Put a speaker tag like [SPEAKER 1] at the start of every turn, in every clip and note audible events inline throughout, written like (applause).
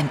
[SPEAKER 1] An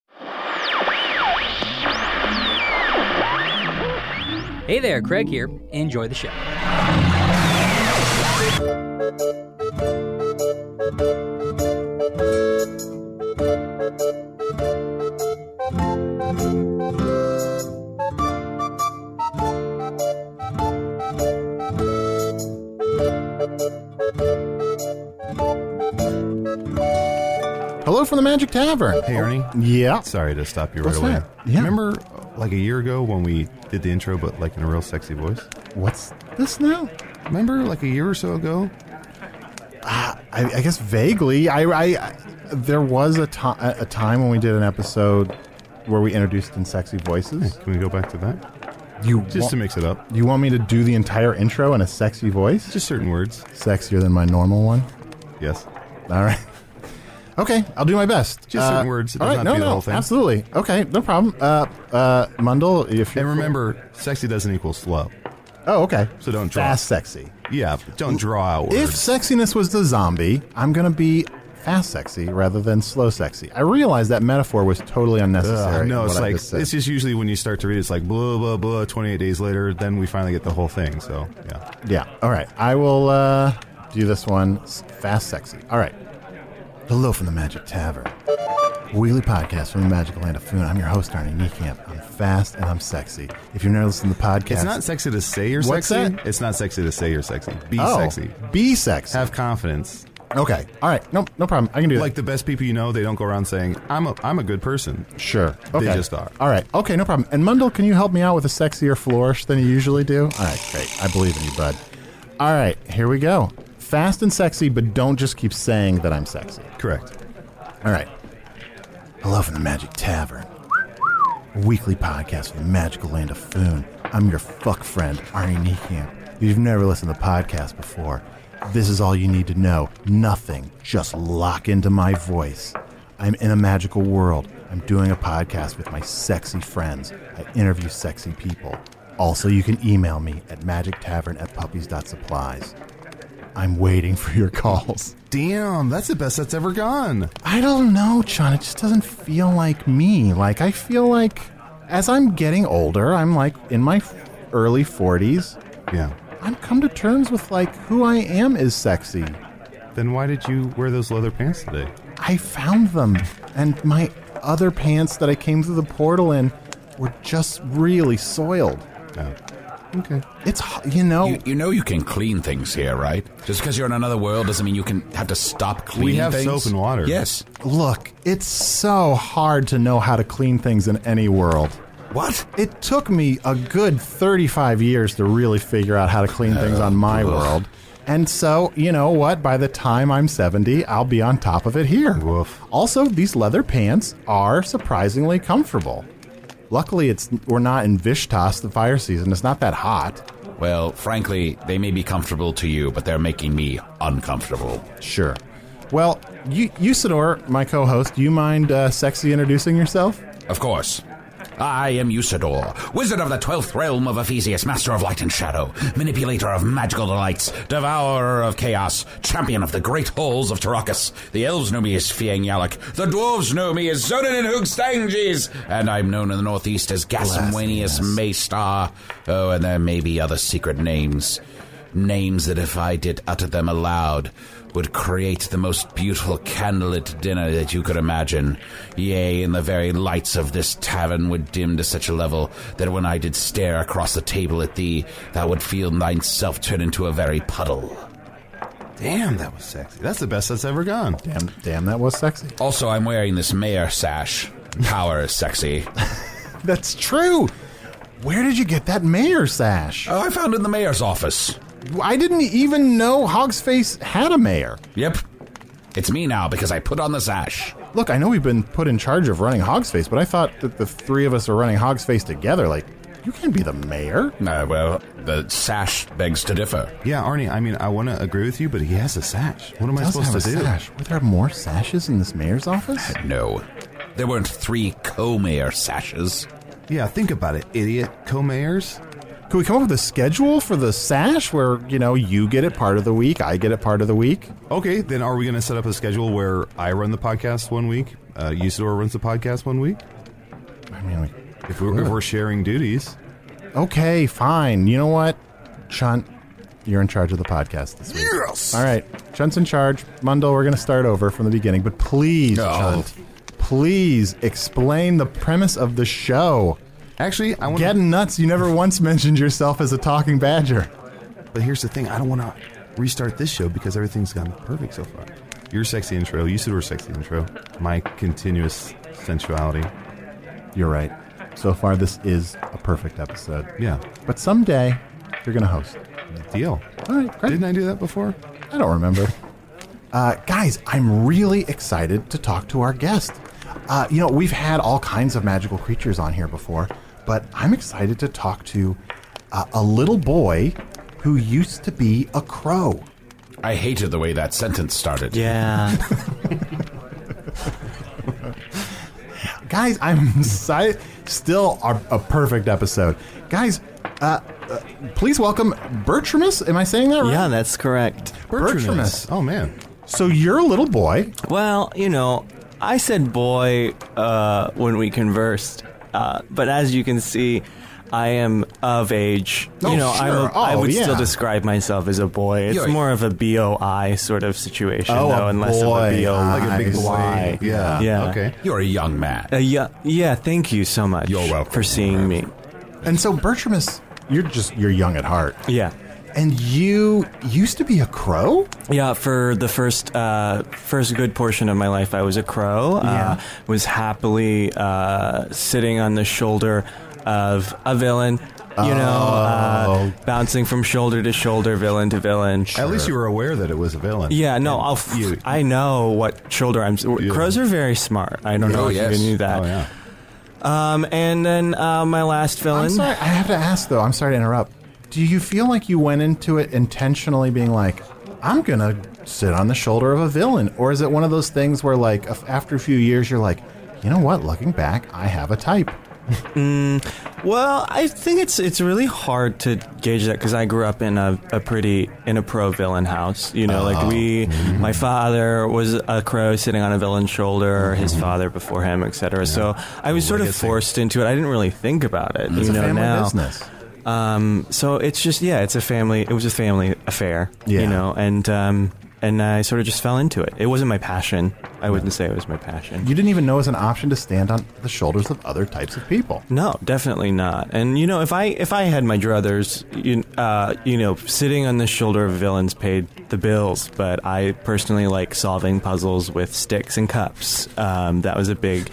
[SPEAKER 2] Hey there, Craig here. Enjoy the show.
[SPEAKER 3] Hello from the Magic Tavern.
[SPEAKER 4] Hey, Ernie.
[SPEAKER 3] Yeah.
[SPEAKER 4] Sorry to stop you right
[SPEAKER 3] What's
[SPEAKER 4] away.
[SPEAKER 3] that? Yeah.
[SPEAKER 4] Remember, uh, like a year ago when we did the intro, but like in a real sexy voice.
[SPEAKER 3] What's this now?
[SPEAKER 4] Remember, like a year or so ago.
[SPEAKER 3] I, I guess vaguely. I, I, I- there was a, ti a a time when we did an episode where we introduced in sexy voices.
[SPEAKER 4] Can we go back to that?
[SPEAKER 3] You
[SPEAKER 4] Just to
[SPEAKER 3] wa-
[SPEAKER 4] mix it up.
[SPEAKER 3] You want me to do the entire intro in a sexy voice?
[SPEAKER 4] Just certain words.
[SPEAKER 3] Sexier than my normal one.
[SPEAKER 4] Yes.
[SPEAKER 3] All right. Okay, I'll do my best. Uh,
[SPEAKER 4] Just certain words. It
[SPEAKER 3] all
[SPEAKER 4] does
[SPEAKER 3] right,
[SPEAKER 4] not
[SPEAKER 3] no,
[SPEAKER 4] be the
[SPEAKER 3] no,
[SPEAKER 4] whole thing.
[SPEAKER 3] absolutely. Okay, no problem. Uh, uh, Mundle, if you
[SPEAKER 4] And remember, sexy doesn't equal slow.
[SPEAKER 3] Oh, okay.
[SPEAKER 4] So don't draw.
[SPEAKER 3] fast sexy.
[SPEAKER 4] Yeah. but Don't draw out words.
[SPEAKER 3] If sexiness was the zombie, I'm going to be fast sexy rather than slow sexy. I realize that metaphor was totally unnecessary.
[SPEAKER 4] Ugh, no,
[SPEAKER 3] what
[SPEAKER 4] it's
[SPEAKER 3] I
[SPEAKER 4] like
[SPEAKER 3] just said.
[SPEAKER 4] it's just usually when you start to read, it's like blah blah blah. Twenty eight days later, then we finally get the whole thing. So yeah,
[SPEAKER 3] yeah. All right. I will uh, do this one s- fast sexy. All right. Hello from the Magic Tavern. Weekly podcast from the magical land of Foon. I'm your host, Arnie Niekamp. I'm fast and I'm sexy. If you've never listened to the podcast,
[SPEAKER 4] it's not sexy to say you're
[SPEAKER 3] What's
[SPEAKER 4] sexy.
[SPEAKER 3] that?
[SPEAKER 4] It's not sexy to say you're sexy. Be
[SPEAKER 3] oh,
[SPEAKER 4] sexy.
[SPEAKER 3] Be sexy.
[SPEAKER 4] Have confidence.
[SPEAKER 3] okay. All right. No, no problem. I can do that.
[SPEAKER 4] like the best people you know, they don't go around saying, "I'm a I'm a good person."
[SPEAKER 3] Sure.
[SPEAKER 4] They
[SPEAKER 3] Okay.
[SPEAKER 4] just are.
[SPEAKER 3] All right. Okay, no problem. And Mundle, can you help me out with a sexier flourish than you usually do? All right, great. I believe in you, bud. All right, here we go. Fast and sexy, but don't just keep saying that I'm sexy.
[SPEAKER 4] Correct.
[SPEAKER 3] All right. Hello from the Magic Tavern, a weekly podcast from the magical land of Foon. I'm your fuck friend, Arnie Niekamp. If you've never listened to the podcast before, this is all you need to know. Nothing. Just lock into my voice. I'm in a magical world. I'm doing a podcast with my sexy friends. I interview sexy people. Also, you can email me at magictavern at puppies.supplies. I'm waiting for your calls.
[SPEAKER 4] Damn, that's the best that's ever gone.
[SPEAKER 3] I don't know, John. It just doesn't feel like me. Like, I feel like as I'm getting older, I'm like in my f- early 40s,
[SPEAKER 4] Yeah.
[SPEAKER 3] I've come to terms with like who I am is sexy.
[SPEAKER 4] Then why did you wear those leather pants today?
[SPEAKER 3] I found them, and my other pants that I came through the portal in were just really soiled.
[SPEAKER 4] Oh. Okay.
[SPEAKER 3] It's, h- you know,
[SPEAKER 5] You, you know you can clean things here, right? Just because you're in another world doesn't mean you can have to stop cleaning
[SPEAKER 4] have
[SPEAKER 5] things.
[SPEAKER 4] soap and water.
[SPEAKER 5] Yes.
[SPEAKER 3] look, it's so hard to know how to clean things in any world.
[SPEAKER 5] What?
[SPEAKER 3] It took me a good 35 years to really figure out how to clean things on my world. And so, you know what? By the time I'm 70, I'll be on top of it here.
[SPEAKER 4] Woof.
[SPEAKER 3] Also, these leather pants are surprisingly comfortable. Luckily, it's we're not in Vishtas, the fire season. It's not that hot.
[SPEAKER 5] Well, frankly, they may be comfortable to you, but they're making me uncomfortable.
[SPEAKER 3] Sure. Well, you, Usador, my co-host, do you mind uh, sexy introducing yourself?
[SPEAKER 5] Of course. I am Usador, wizard of the twelfth realm of Ephesius, master of light and shadow, manipulator of magical delights, devourer of chaos, champion of the great halls of Tarakas. The elves know me as Fiang Yalak, the dwarves know me as Zonin and Hugstanges, and I'm known in the northeast as Gasumwanius Maystar. Oh, and there may be other secret names. Names that, if I did utter them aloud, would create the most beautiful candlelit dinner that you could imagine. Yea, and the very lights of this tavern would dim to such a level that when I did stare across the table at thee, thou would feel thyself turn into a very puddle.
[SPEAKER 4] Damn, that was sexy. That's the best that's ever gone.
[SPEAKER 3] Damn, damn, that was sexy.
[SPEAKER 5] Also, I'm wearing this mayor sash. Power is sexy.
[SPEAKER 3] That's true. Where did you get that mayor sash?
[SPEAKER 5] Oh, I found it in the mayor's office.
[SPEAKER 3] I didn't even know Hogsface had a mayor.
[SPEAKER 5] Yep. It's me now because I put on the sash.
[SPEAKER 3] Look, I know we've been put in charge of running Hogsface, but I thought that the three of us are running Hogsface together. Like, you can't be the mayor.
[SPEAKER 5] Uh, well, the sash begs to differ.
[SPEAKER 4] Yeah, Arnie, I mean, I want to agree with you, but he has a sash. What am I
[SPEAKER 3] Does
[SPEAKER 4] supposed
[SPEAKER 3] have
[SPEAKER 4] to
[SPEAKER 3] a
[SPEAKER 4] do?
[SPEAKER 3] sash. Were there more sashes in this mayor's office?
[SPEAKER 5] No. There weren't three co mayor sashes.
[SPEAKER 4] Yeah, think about it, idiot. Co-mayors?
[SPEAKER 3] Could we come up with a schedule for the sash where, you know, you get it part of the week, I get it part of the week?
[SPEAKER 4] Okay, then are we going to set up a schedule where I run the podcast one week, uh, Usador runs the podcast one week?
[SPEAKER 3] I mean, like,
[SPEAKER 4] If we're, if we're sharing duties.
[SPEAKER 3] okay, fine. You know what? Chunt, you're in charge of the podcast this week.
[SPEAKER 5] Yes!
[SPEAKER 3] All right, Chunt's in charge. Mundell, we're going to start over from the beginning, but please,
[SPEAKER 5] No.
[SPEAKER 3] Chunt, please explain the premise of the show.
[SPEAKER 4] Actually, I want to.
[SPEAKER 3] Getting nuts, you never once mentioned yourself as a talking badger.
[SPEAKER 4] But here's the thing: I don't want to restart this show because everything's gone perfect so far. Your sexy intro, Usador's sexy intro, my continuous sensuality.
[SPEAKER 3] You're right. So far, this is a perfect episode.
[SPEAKER 4] Yeah,
[SPEAKER 3] But someday, you're going to host.
[SPEAKER 4] deal.
[SPEAKER 3] All right, great.
[SPEAKER 4] Didn't I do that before?
[SPEAKER 3] I don't remember. Uh, guys, I'm really excited to talk to our guest. Uh, you know, we've had all kinds of magical creatures on here before, but I'm excited to talk to uh, a little boy who used to be a crow.
[SPEAKER 5] I hated the way that sentence
[SPEAKER 3] (laughs)
[SPEAKER 5] started.
[SPEAKER 6] Yeah.
[SPEAKER 3] Guys, I'm (laughs) excited. Still a, a perfect episode. Guys, uh, uh, please welcome Bertramus. Am I saying that right?
[SPEAKER 6] yeah, that's correct.
[SPEAKER 3] Bertramus.
[SPEAKER 4] Oh man,
[SPEAKER 3] So you're a little boy.
[SPEAKER 6] Well, you know, I said boy uh, when we conversed, uh, but as you can see, I am of age.
[SPEAKER 3] Oh,
[SPEAKER 6] you know, I'm
[SPEAKER 3] sure.
[SPEAKER 6] a, I
[SPEAKER 3] Oh,
[SPEAKER 6] would
[SPEAKER 3] yeah.
[SPEAKER 6] still describe myself as a boy. It's
[SPEAKER 5] You're-
[SPEAKER 6] more of a boi sort of situation,
[SPEAKER 3] Oh, a
[SPEAKER 6] though, unless I'm
[SPEAKER 3] boy. Ah,
[SPEAKER 6] a bo.
[SPEAKER 3] Like
[SPEAKER 4] a big boy.
[SPEAKER 6] Y.
[SPEAKER 4] Yeah.
[SPEAKER 6] Yeah.
[SPEAKER 4] Okay.
[SPEAKER 5] You're a young man.
[SPEAKER 6] Uh, yeah, yeah. Thank you so much.
[SPEAKER 5] You're welcome.
[SPEAKER 6] for seeing me.
[SPEAKER 3] And so Bertramus, you're just you're young at heart.
[SPEAKER 6] Yeah,
[SPEAKER 3] And you used to be a crow?
[SPEAKER 6] yeah. For the first uh, first good portion of my life, I was a crow. Uh, was happily uh, sitting on the shoulder of a villain. You know,
[SPEAKER 4] Oh.
[SPEAKER 6] uh, bouncing from shoulder to shoulder, villain to villain.
[SPEAKER 4] At least you were aware that it was a villain.
[SPEAKER 6] Yeah, no, I'll f-
[SPEAKER 4] You-
[SPEAKER 6] I know what shoulder I'm. s Crows are very smart. I don't know
[SPEAKER 5] Oh,
[SPEAKER 6] if
[SPEAKER 5] yes.
[SPEAKER 6] you knew that.
[SPEAKER 4] Oh yeah.
[SPEAKER 6] Um, and then uh, my last villain.
[SPEAKER 3] I'm sorry, I have to ask though. I'm sorry to interrupt. Do you feel like you went into it intentionally being like, I'm gonna sit on the shoulder of a villain, or is it one of those things where like af- after a few years you're like, you know what? Looking back, I have a type.
[SPEAKER 6] Well, I think it's it's really hard to gauge that because I grew up in a, a pretty in a pro villain house. You know, like
[SPEAKER 3] Oh.
[SPEAKER 6] we,
[SPEAKER 3] Mm-hmm.
[SPEAKER 6] my father was a crow sitting on a villain's shoulder,
[SPEAKER 3] Mm-hmm.
[SPEAKER 6] his father before him, etc. So I was sort of
[SPEAKER 4] Legacy.
[SPEAKER 6] forced into it. I didn't really think about it.
[SPEAKER 3] It's
[SPEAKER 6] you
[SPEAKER 3] a
[SPEAKER 6] know
[SPEAKER 3] family
[SPEAKER 6] now.
[SPEAKER 3] business.
[SPEAKER 6] Um, so it's just yeah, it's a family. It was a family affair.
[SPEAKER 3] Yeah.
[SPEAKER 6] You know, and um, and I sort of just fell into it. It wasn't my passion. I wouldn't say it was my passion.
[SPEAKER 3] You didn't even know it was an option to stand on the shoulders of other types of people.
[SPEAKER 6] No, definitely not. And you know, if I if I had my druthers, you, uh, you know, sitting on the shoulder of villains paid the bills. But I personally like solving puzzles with sticks and cups. Um, that was a big,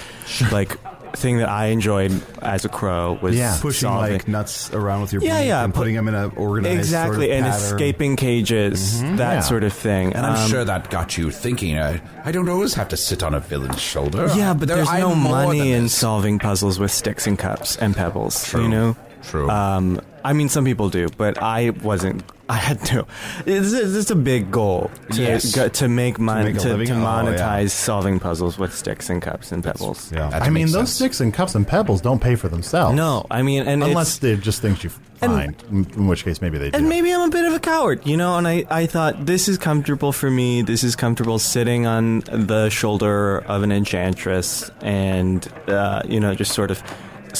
[SPEAKER 6] like, thing that I enjoyed as a crow was
[SPEAKER 3] Yeah.
[SPEAKER 4] Pushing
[SPEAKER 6] solving.
[SPEAKER 4] like nuts around with your
[SPEAKER 6] Yeah,
[SPEAKER 4] beak
[SPEAKER 6] yeah,
[SPEAKER 4] and
[SPEAKER 6] put-
[SPEAKER 4] putting them in an organized
[SPEAKER 6] Exactly,
[SPEAKER 4] sort of
[SPEAKER 6] and
[SPEAKER 4] pattern.
[SPEAKER 6] escaping cages, that
[SPEAKER 3] Yeah.
[SPEAKER 6] sort of thing.
[SPEAKER 5] Mm-hmm. And I'm
[SPEAKER 6] Um,
[SPEAKER 5] sure that got you thinking. Uh, I don't always have to sit on a villain's shoulder.
[SPEAKER 6] Yeah, but
[SPEAKER 5] There-
[SPEAKER 6] there's
[SPEAKER 5] I'm
[SPEAKER 6] no
[SPEAKER 5] more than
[SPEAKER 6] money in
[SPEAKER 5] this.
[SPEAKER 6] solving puzzles with sticks and cups and pebbles.
[SPEAKER 5] True.
[SPEAKER 6] You know,
[SPEAKER 5] True.
[SPEAKER 6] Um, I mean, some people do, but I wasn't. I had to. It's, it's just a big goal to
[SPEAKER 5] Yes.
[SPEAKER 6] go- to make money
[SPEAKER 4] make a
[SPEAKER 6] to, to,
[SPEAKER 4] living? Oh, yeah.
[SPEAKER 6] monetize solving puzzles with sticks and cups and pebbles.
[SPEAKER 4] Yeah.
[SPEAKER 3] I mean,
[SPEAKER 5] makes
[SPEAKER 3] those
[SPEAKER 5] sense.
[SPEAKER 3] sticks and cups and pebbles don't pay for themselves.
[SPEAKER 6] No, I mean, and it's-
[SPEAKER 3] Unless they're just things you find, in- in which case maybe they do.
[SPEAKER 6] And maybe I'm a bit of a coward, you know. And I, I thought this is comfortable for me. This is comfortable sitting on the shoulder of an enchantress, and uh, you know, just sort of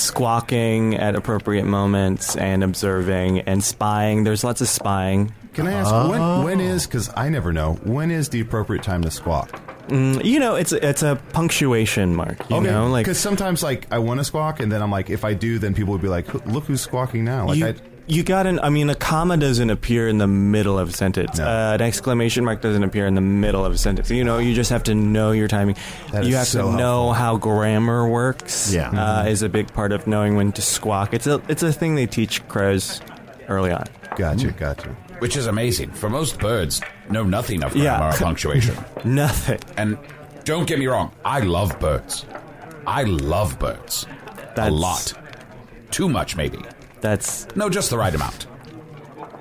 [SPEAKER 6] squawking at appropriate moments and observing and spying. There's lots of spying.
[SPEAKER 4] Can I ask when when is because I never know when is the appropriate time to squawk?
[SPEAKER 6] You know, it's it's a punctuation mark. You know, like
[SPEAKER 4] because sometimes like I want to squawk and then I'm like if I do then people would be like "Who- look who's squawking now like
[SPEAKER 6] you,
[SPEAKER 4] I,
[SPEAKER 6] you got an. I mean, a comma doesn't appear in the middle of a sentence.
[SPEAKER 4] No.
[SPEAKER 6] Uh, an exclamation mark doesn't appear in the middle of a sentence. You know, you just have to know your timing.
[SPEAKER 4] That
[SPEAKER 6] you
[SPEAKER 4] is
[SPEAKER 6] have
[SPEAKER 4] so Mm-hmm.
[SPEAKER 6] to know how grammar works.
[SPEAKER 3] Yeah.
[SPEAKER 6] uh, is a big part of knowing when to squawk. It's a it's a thing they teach crows early on.
[SPEAKER 4] gotcha gotcha
[SPEAKER 5] Which is amazing. For most birds, know nothing of
[SPEAKER 6] Yeah. (laughs)
[SPEAKER 5] grammar or punctuation.
[SPEAKER 6] Nothing.
[SPEAKER 5] And don't get me wrong, I love birds. I love birds.
[SPEAKER 6] That's-
[SPEAKER 5] A lot. Too much, maybe.
[SPEAKER 6] That's
[SPEAKER 5] No, just the right amount.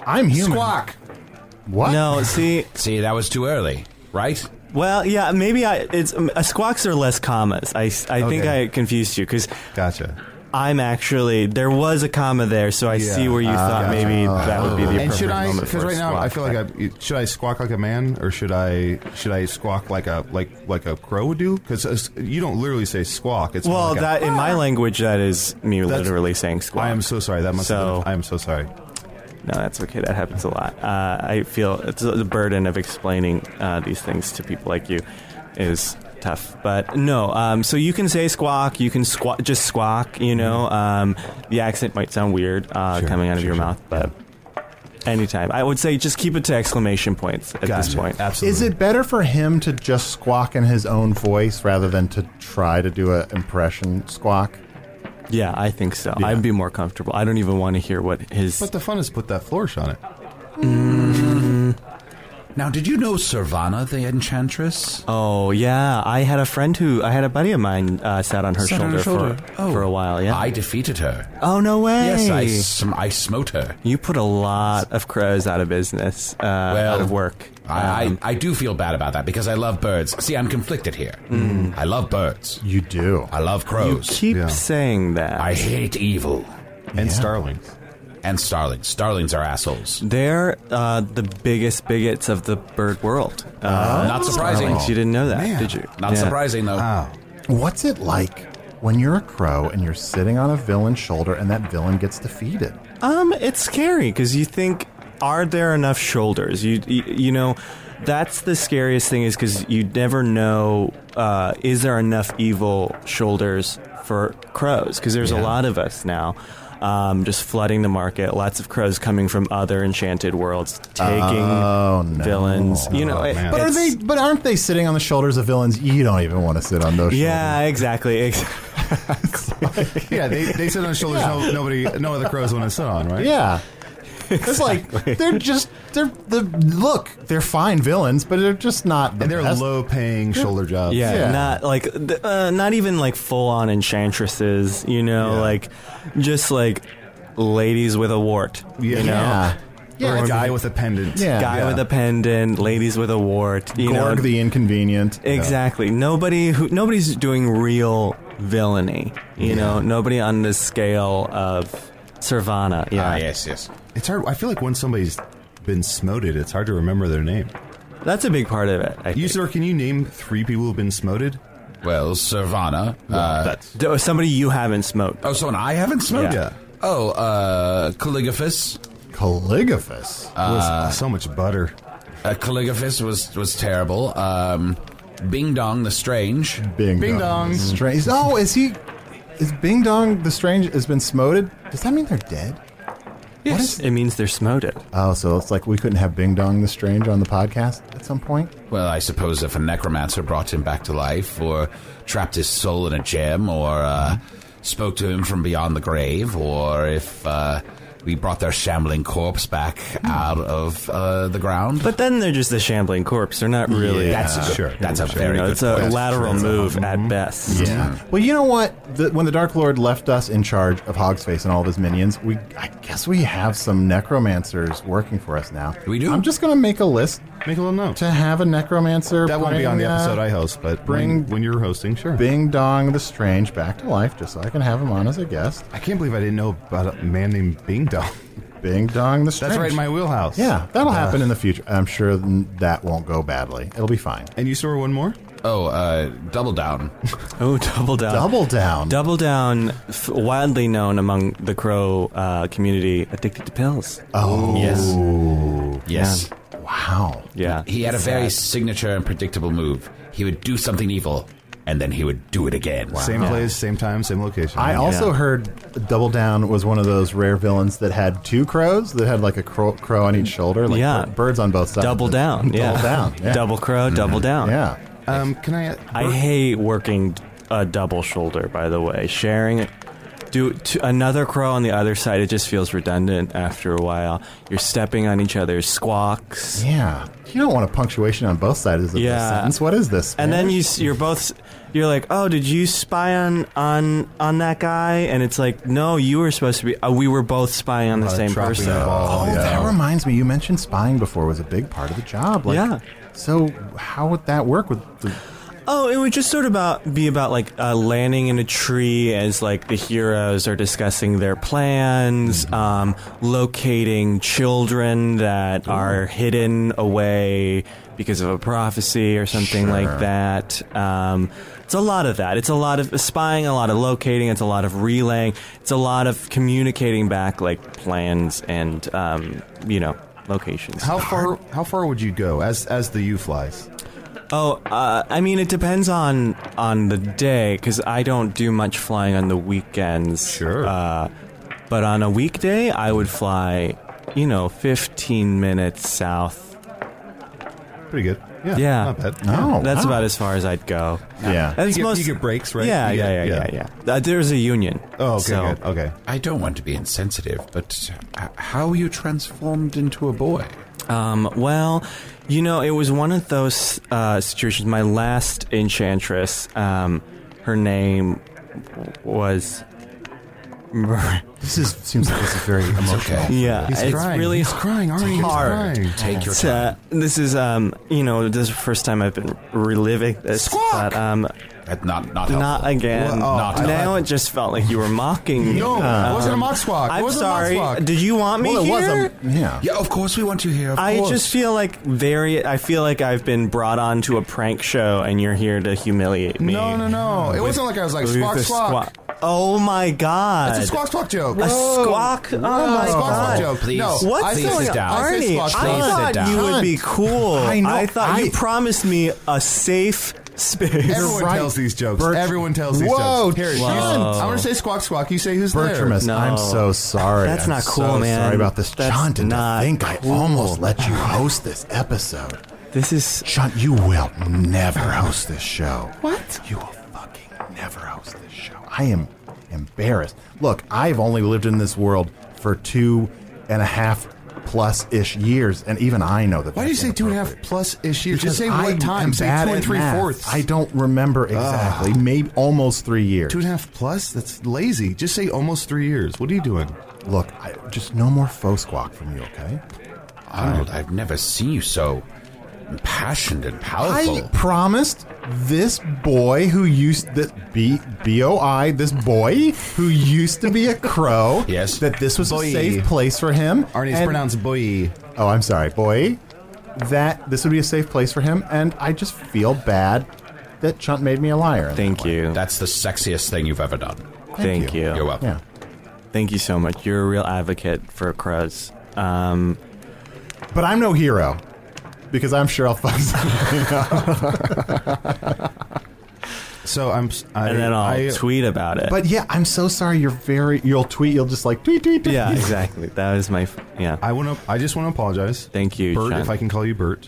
[SPEAKER 3] I'm human.
[SPEAKER 5] Squawk!
[SPEAKER 3] What?
[SPEAKER 6] no. See,
[SPEAKER 5] See, that was too early, right?
[SPEAKER 6] well, yeah, maybe I. It's um, uh, squawks are less commas. I s- I think
[SPEAKER 4] Okay.
[SPEAKER 6] I confused you because
[SPEAKER 4] gotcha
[SPEAKER 6] I'm actually there was a comma there, so I
[SPEAKER 4] Yeah. Ah,
[SPEAKER 6] see where you thought
[SPEAKER 4] gotcha.
[SPEAKER 6] maybe that would be the appropriate
[SPEAKER 4] and should I
[SPEAKER 6] moment for
[SPEAKER 4] because
[SPEAKER 6] a
[SPEAKER 4] right now I
[SPEAKER 6] squawk.
[SPEAKER 4] feel like I should I squawk like a man or should I should I squawk like a like like a crow would do because you don't literally say squawk it's more
[SPEAKER 6] well,
[SPEAKER 4] like a-
[SPEAKER 6] that in my language that is me
[SPEAKER 4] That's-
[SPEAKER 6] literally saying squawk.
[SPEAKER 4] I am so sorry that must
[SPEAKER 6] So-
[SPEAKER 4] have been, I am so sorry
[SPEAKER 6] no, that's okay. That happens a lot. Uh, I feel it's the burden of explaining uh, these things to people like you is tough. But no, um, so you can say squawk. You can squawk, just squawk. You know, um, the accent might sound weird uh,
[SPEAKER 4] Mm-hmm. Sure,
[SPEAKER 6] coming out of
[SPEAKER 4] sure,
[SPEAKER 6] your
[SPEAKER 4] sure.
[SPEAKER 6] mouth, but. Anytime. I would say just keep it to exclamation points at this
[SPEAKER 4] Gotcha.
[SPEAKER 6] point.
[SPEAKER 4] absolutely
[SPEAKER 3] Is it better for him to just squawk in his own voice rather than to try to do an impression squawk?
[SPEAKER 6] Yeah, I think so. I'd be more comfortable. I don't even want to hear what his.
[SPEAKER 4] but the fun is put that flourish on it
[SPEAKER 5] Now, did you know Servana the Enchantress?
[SPEAKER 6] oh yeah, I had a friend who I had a buddy of mine uh, sat on her
[SPEAKER 5] Sat
[SPEAKER 6] shoulder,
[SPEAKER 5] on her shoulder.
[SPEAKER 6] For,
[SPEAKER 5] Oh.
[SPEAKER 6] for a while. Yeah.
[SPEAKER 5] I defeated her.
[SPEAKER 6] oh no way.
[SPEAKER 5] Yes, I, sm- I smote her.
[SPEAKER 6] you put a lot of crows out of business, uh, out of work.
[SPEAKER 5] I,
[SPEAKER 6] Um,
[SPEAKER 5] I, I do feel bad about that because I love birds. See, I'm conflicted here.
[SPEAKER 6] Mm.
[SPEAKER 5] I love birds.
[SPEAKER 3] You do.
[SPEAKER 5] I love crows.
[SPEAKER 6] keep
[SPEAKER 4] Yeah.
[SPEAKER 6] saying that.
[SPEAKER 5] I hate evil.
[SPEAKER 4] and starlings
[SPEAKER 6] (laughs)
[SPEAKER 5] And starlings. Starlings are assholes.
[SPEAKER 6] They're uh, the biggest bigots of the bird world. Uh,
[SPEAKER 5] Not surprising.
[SPEAKER 6] You didn't know that,
[SPEAKER 4] Man.
[SPEAKER 6] did you?
[SPEAKER 5] Not
[SPEAKER 6] Yeah.
[SPEAKER 5] surprising, though.
[SPEAKER 3] What's it like when you're a crow and you're sitting on a villain's shoulder and that villain gets defeated?
[SPEAKER 6] Um, it's scary because you think, are there enough shoulders? You, you, you know, that's the scariest thing is because you never know, uh, is there enough evil shoulders for crows? Because there's a lot of us now. Um, just flooding the market, lots of crows coming from other enchanted worlds, taking
[SPEAKER 3] Oh, no.
[SPEAKER 6] villains. You know,
[SPEAKER 4] Oh,
[SPEAKER 6] it-
[SPEAKER 4] man.
[SPEAKER 3] But are
[SPEAKER 6] it's-
[SPEAKER 3] they? But aren't they sitting on the shoulders of villains? You don't even want to sit on those.
[SPEAKER 6] Yeah, exactly. Ex-
[SPEAKER 4] yeah they, they sit on shoulders no, nobody no other crows want to sit on right
[SPEAKER 3] shoulders. Yeah. It's like they're just they're the look. They're fine villains, but they're just not. The
[SPEAKER 4] and they're
[SPEAKER 3] best.
[SPEAKER 4] low paying shoulder jobs
[SPEAKER 6] Yeah,
[SPEAKER 3] Yeah.
[SPEAKER 6] not like th- uh, not even like full on enchantresses, you know,
[SPEAKER 4] Yeah.
[SPEAKER 6] like just like ladies with a wart, you know.
[SPEAKER 3] Yeah.
[SPEAKER 4] or a
[SPEAKER 3] it's-
[SPEAKER 4] guy with a pendant.
[SPEAKER 3] Yeah.
[SPEAKER 6] Guy with a pendant, ladies with a wart, you
[SPEAKER 3] Gorg
[SPEAKER 6] know.
[SPEAKER 3] the inconvenient. uh,
[SPEAKER 6] exactly. Nobody who nobody's doing real villainy, you know. Nobody on the scale of Uh, Servana. Yeah.
[SPEAKER 5] Ah, yes, yes.
[SPEAKER 4] It's hard. I feel like once somebody's been smoted, it's hard to remember their name.
[SPEAKER 6] That's a big part of it. I
[SPEAKER 4] You
[SPEAKER 6] think.
[SPEAKER 4] sir, can you name three people who've been smoted?
[SPEAKER 5] Well, Servana. uh,
[SPEAKER 4] That's
[SPEAKER 6] D- Somebody you haven't smoked.
[SPEAKER 5] oh, someone I haven't smoked?
[SPEAKER 4] Yeah.
[SPEAKER 5] Oh, uh, Calligraphus.
[SPEAKER 3] Calligraphus.
[SPEAKER 4] so much butter.
[SPEAKER 5] Uh, Calligraphus was, was terrible. Um, Bing Dong the Strange.
[SPEAKER 3] Bing,
[SPEAKER 4] Bing Dong.
[SPEAKER 3] Strange. Oh, is he? Is Bing Dong the Strange has been smoted? Does that mean they're dead?
[SPEAKER 6] Yes. It means they're smoted.
[SPEAKER 3] Oh, so it's like we couldn't have Bing Dong the Strange on the podcast at some point.
[SPEAKER 5] Well, I suppose if a necromancer brought him back to life, or trapped his soul in a gem, or uh, spoke to him from beyond the grave, or if uh, we brought their shambling corpse back out of uh, the ground.
[SPEAKER 6] But then they're just a shambling corpse. They're not really.
[SPEAKER 5] That's a good- Sure. that's a
[SPEAKER 6] You
[SPEAKER 5] very
[SPEAKER 6] know,
[SPEAKER 5] good
[SPEAKER 6] It's a
[SPEAKER 5] point. Mm-hmm.
[SPEAKER 6] lateral
[SPEAKER 5] That's true.
[SPEAKER 6] move at best.
[SPEAKER 3] Yeah. Well, you know what? The, when the Dark Lord left us in charge of Hogsface and all of his minions, we I guess we have some necromancers working for us now.
[SPEAKER 5] We do.
[SPEAKER 3] I'm just gonna make a list
[SPEAKER 4] Make a little note.
[SPEAKER 3] to have a necromancer.
[SPEAKER 4] That won't be on the
[SPEAKER 3] bring, uh,
[SPEAKER 4] episode I host, but bring
[SPEAKER 3] bring-
[SPEAKER 4] when, when you're hosting, sure.
[SPEAKER 3] Bing Dong the Strange back to life, just so I can have him on as a guest.
[SPEAKER 4] I can't believe I didn't know about a man named Bing Dong.
[SPEAKER 3] Bing Dong the Strange.
[SPEAKER 4] That's right in my wheelhouse.
[SPEAKER 3] Yeah, that'll
[SPEAKER 4] Uh,
[SPEAKER 3] happen in the future. I'm sure that won't go badly. It'll be fine.
[SPEAKER 4] And you saw one more?
[SPEAKER 5] oh, uh, double down.
[SPEAKER 6] Oh, double down.
[SPEAKER 3] Double down.
[SPEAKER 6] Double Down, f- widely known among the crow uh, community, addicted to pills.
[SPEAKER 5] Uh,
[SPEAKER 3] oh,
[SPEAKER 6] Yes.
[SPEAKER 5] Yes.
[SPEAKER 3] wow.
[SPEAKER 6] Yeah.
[SPEAKER 5] He had a very signature and predictable move. He would do something evil, and then he would do it again.
[SPEAKER 4] Same place, same time, same location.
[SPEAKER 3] I also heard Double Down was one of those rare villains that had two crows that had like a crow, crow on each shoulder, like
[SPEAKER 6] Yeah.
[SPEAKER 3] bir- birds on both sides.
[SPEAKER 6] Double down. Yeah.
[SPEAKER 3] Double down. Yeah.
[SPEAKER 6] Double
[SPEAKER 5] Mm-hmm.
[SPEAKER 6] crow, double down.
[SPEAKER 3] Yeah.
[SPEAKER 4] um, can I?
[SPEAKER 6] I hate working a double shoulder, by the way. Sharing it. Do to another crow on the other side, it just feels redundant after a while. You're stepping on each other's squawks.
[SPEAKER 3] Yeah. You don't want a punctuation on both sides of this
[SPEAKER 6] Yeah.
[SPEAKER 3] sentence. What is this?
[SPEAKER 6] And then
[SPEAKER 3] Spanish?
[SPEAKER 6] you s- you're both s- you're like, "Oh, did you spy on on on that guy?" And it's like, "No, you were supposed to be uh, we were both spying on the
[SPEAKER 4] Uh,
[SPEAKER 6] same
[SPEAKER 4] dropping
[SPEAKER 6] person."
[SPEAKER 4] the ball,
[SPEAKER 3] Oh,
[SPEAKER 4] yeah.
[SPEAKER 3] that reminds me. You mentioned spying before was a big part of the job. Like,
[SPEAKER 6] Yeah.
[SPEAKER 3] So how would that work with the?
[SPEAKER 6] Oh, it would just sort of about be about like uh, landing in a tree as like the heroes are discussing their plans, um, locating children that are hidden away because of a prophecy or something like that. Um, it's a lot of that. It's a lot of spying, a lot of locating. It's a lot of relaying. It's a lot of communicating back like plans and um, you know locations.
[SPEAKER 4] How far? How far would you go as as the U flies?
[SPEAKER 6] Oh, uh, I mean, it depends on on the day because I don't do much flying on the weekends.
[SPEAKER 4] Sure.
[SPEAKER 6] Uh, but on a weekday, I would fly, you know, 15 minutes south.
[SPEAKER 4] Pretty good. Yeah.
[SPEAKER 6] Yeah.
[SPEAKER 4] Not bad.
[SPEAKER 3] No. Oh,
[SPEAKER 6] That's
[SPEAKER 3] wow.
[SPEAKER 6] about as far as I'd go.
[SPEAKER 3] Yeah.
[SPEAKER 6] That's
[SPEAKER 4] You get- you get breaks, right?
[SPEAKER 6] Yeah,
[SPEAKER 4] You
[SPEAKER 6] yeah,
[SPEAKER 4] get-
[SPEAKER 6] yeah, yeah, yeah. Uh, there's a union.
[SPEAKER 4] Oh, okay,
[SPEAKER 6] so-
[SPEAKER 4] good. Okay.
[SPEAKER 5] I don't want to be insensitive, but h- how you transformed into a boy?
[SPEAKER 4] Oh.
[SPEAKER 6] Um, well, you know, it was one of those uh, situations. My last enchantress, um, her name was. (laughs)
[SPEAKER 3] This is seems like this is very emotional.
[SPEAKER 5] Okay.
[SPEAKER 6] Yeah,
[SPEAKER 4] He's
[SPEAKER 6] it's
[SPEAKER 4] crying.
[SPEAKER 6] really
[SPEAKER 4] He's crying. Ari, he's
[SPEAKER 6] hard.
[SPEAKER 4] crying.
[SPEAKER 5] Take your
[SPEAKER 6] It's,
[SPEAKER 5] time.
[SPEAKER 6] uh, this is, um, you know, this is the first time I've been reliving this,
[SPEAKER 5] Squawk!
[SPEAKER 6] but um,
[SPEAKER 5] That- not not helpful.
[SPEAKER 6] not again.
[SPEAKER 4] Well, oh,
[SPEAKER 5] Not
[SPEAKER 6] now
[SPEAKER 5] helpful.
[SPEAKER 6] it just felt like you were mocking me. Um,
[SPEAKER 4] No, it wasn't a mock squawk. It
[SPEAKER 6] I'm
[SPEAKER 4] wasn't a mock
[SPEAKER 6] sorry.
[SPEAKER 4] squawk.
[SPEAKER 6] Did you want me
[SPEAKER 3] Well, it
[SPEAKER 6] here?
[SPEAKER 3] was a yeah.
[SPEAKER 5] Yeah, of course we want you here. Of
[SPEAKER 6] I
[SPEAKER 5] course.
[SPEAKER 6] just feel like very. I feel like I've been brought on to a prank show, and you're here to humiliate me.
[SPEAKER 4] No, no, no. It wasn't like I was like squawk
[SPEAKER 6] With a
[SPEAKER 4] squawk.
[SPEAKER 6] squawk. Oh my god!
[SPEAKER 4] It's a squawk squawk joke.
[SPEAKER 6] A squawk? Oh my
[SPEAKER 4] Squawk squawk
[SPEAKER 6] god!
[SPEAKER 4] joke.
[SPEAKER 5] Please.
[SPEAKER 4] No,
[SPEAKER 6] What's
[SPEAKER 4] I
[SPEAKER 5] Please
[SPEAKER 4] said-
[SPEAKER 6] going
[SPEAKER 5] sit down.
[SPEAKER 4] I said
[SPEAKER 6] Arnie, I
[SPEAKER 4] squawk squawk.
[SPEAKER 6] thought
[SPEAKER 5] sit down.
[SPEAKER 6] you would be cool.
[SPEAKER 3] I know,
[SPEAKER 6] thought you
[SPEAKER 3] I-
[SPEAKER 6] promised me a safe space.
[SPEAKER 4] Everyone
[SPEAKER 3] right.
[SPEAKER 4] tells these jokes.
[SPEAKER 3] Bert-
[SPEAKER 4] Everyone tells these
[SPEAKER 3] Whoa,
[SPEAKER 4] jokes. Here,
[SPEAKER 3] Whoa.
[SPEAKER 4] Houston, I'm going to say squawk squawk. You say who's
[SPEAKER 3] Bertramus,
[SPEAKER 6] No.
[SPEAKER 3] I'm so sorry.
[SPEAKER 6] That's
[SPEAKER 3] I'm
[SPEAKER 6] not cool,
[SPEAKER 3] so
[SPEAKER 6] man.
[SPEAKER 3] Sorry about this,
[SPEAKER 6] That's
[SPEAKER 3] John. Did
[SPEAKER 6] not
[SPEAKER 3] not think I
[SPEAKER 6] cool.
[SPEAKER 3] almost let you host this episode.
[SPEAKER 6] This is
[SPEAKER 3] John, you will never host this show. What? You will fucking never host this show. I am embarrassed. Look, I've only lived in this world for two and a half plus ish years, and even I know that.
[SPEAKER 4] Why do you
[SPEAKER 3] that's
[SPEAKER 4] say two and a half
[SPEAKER 3] inappropriate.
[SPEAKER 4] plus ish years?
[SPEAKER 3] Because
[SPEAKER 4] Just say
[SPEAKER 3] I
[SPEAKER 4] what time.
[SPEAKER 3] am
[SPEAKER 4] Say two
[SPEAKER 3] bad
[SPEAKER 4] and
[SPEAKER 3] at
[SPEAKER 4] three
[SPEAKER 3] math.
[SPEAKER 4] fourths.
[SPEAKER 3] I don't remember exactly. Maybe almost three years.
[SPEAKER 4] Two and a half plus? That's lazy. Just say almost three years. What are you doing?
[SPEAKER 3] Look, I, just no more faux squawk from you, okay?
[SPEAKER 5] Arnold, I've never seen you so impassioned and powerful.
[SPEAKER 3] I promised this boy who used this B B O I this boy who used to be a crow.
[SPEAKER 5] Yes.
[SPEAKER 3] that this was
[SPEAKER 4] Boy.
[SPEAKER 3] a safe place for him.
[SPEAKER 4] Arnie's
[SPEAKER 3] and-
[SPEAKER 4] pronounced boy.
[SPEAKER 3] Oh, I'm sorry, boy. That this would be a safe place for him, and I just feel bad that Chunt made me a liar.
[SPEAKER 6] thank you,
[SPEAKER 5] That's the sexiest thing you've ever done.
[SPEAKER 6] thank you,
[SPEAKER 5] You're welcome.
[SPEAKER 3] Yeah.
[SPEAKER 6] thank you so much. You're a real advocate for crows. Um,
[SPEAKER 3] But I'm no hero because I'm sure I'll fuck something up.
[SPEAKER 4] So I'm. s- I,
[SPEAKER 6] and then I'll
[SPEAKER 4] I-
[SPEAKER 6] tweet about it.
[SPEAKER 3] But yeah, I'm so sorry. You're very. You'll tweet. You'll just like tweet tweet tweet.
[SPEAKER 6] yeah,
[SPEAKER 3] (laughs)
[SPEAKER 6] exactly. That was my f- yeah.
[SPEAKER 4] I want to. I just want to apologize.
[SPEAKER 6] Thank you,
[SPEAKER 4] Bert.
[SPEAKER 6] John.
[SPEAKER 4] If I can call you Bert.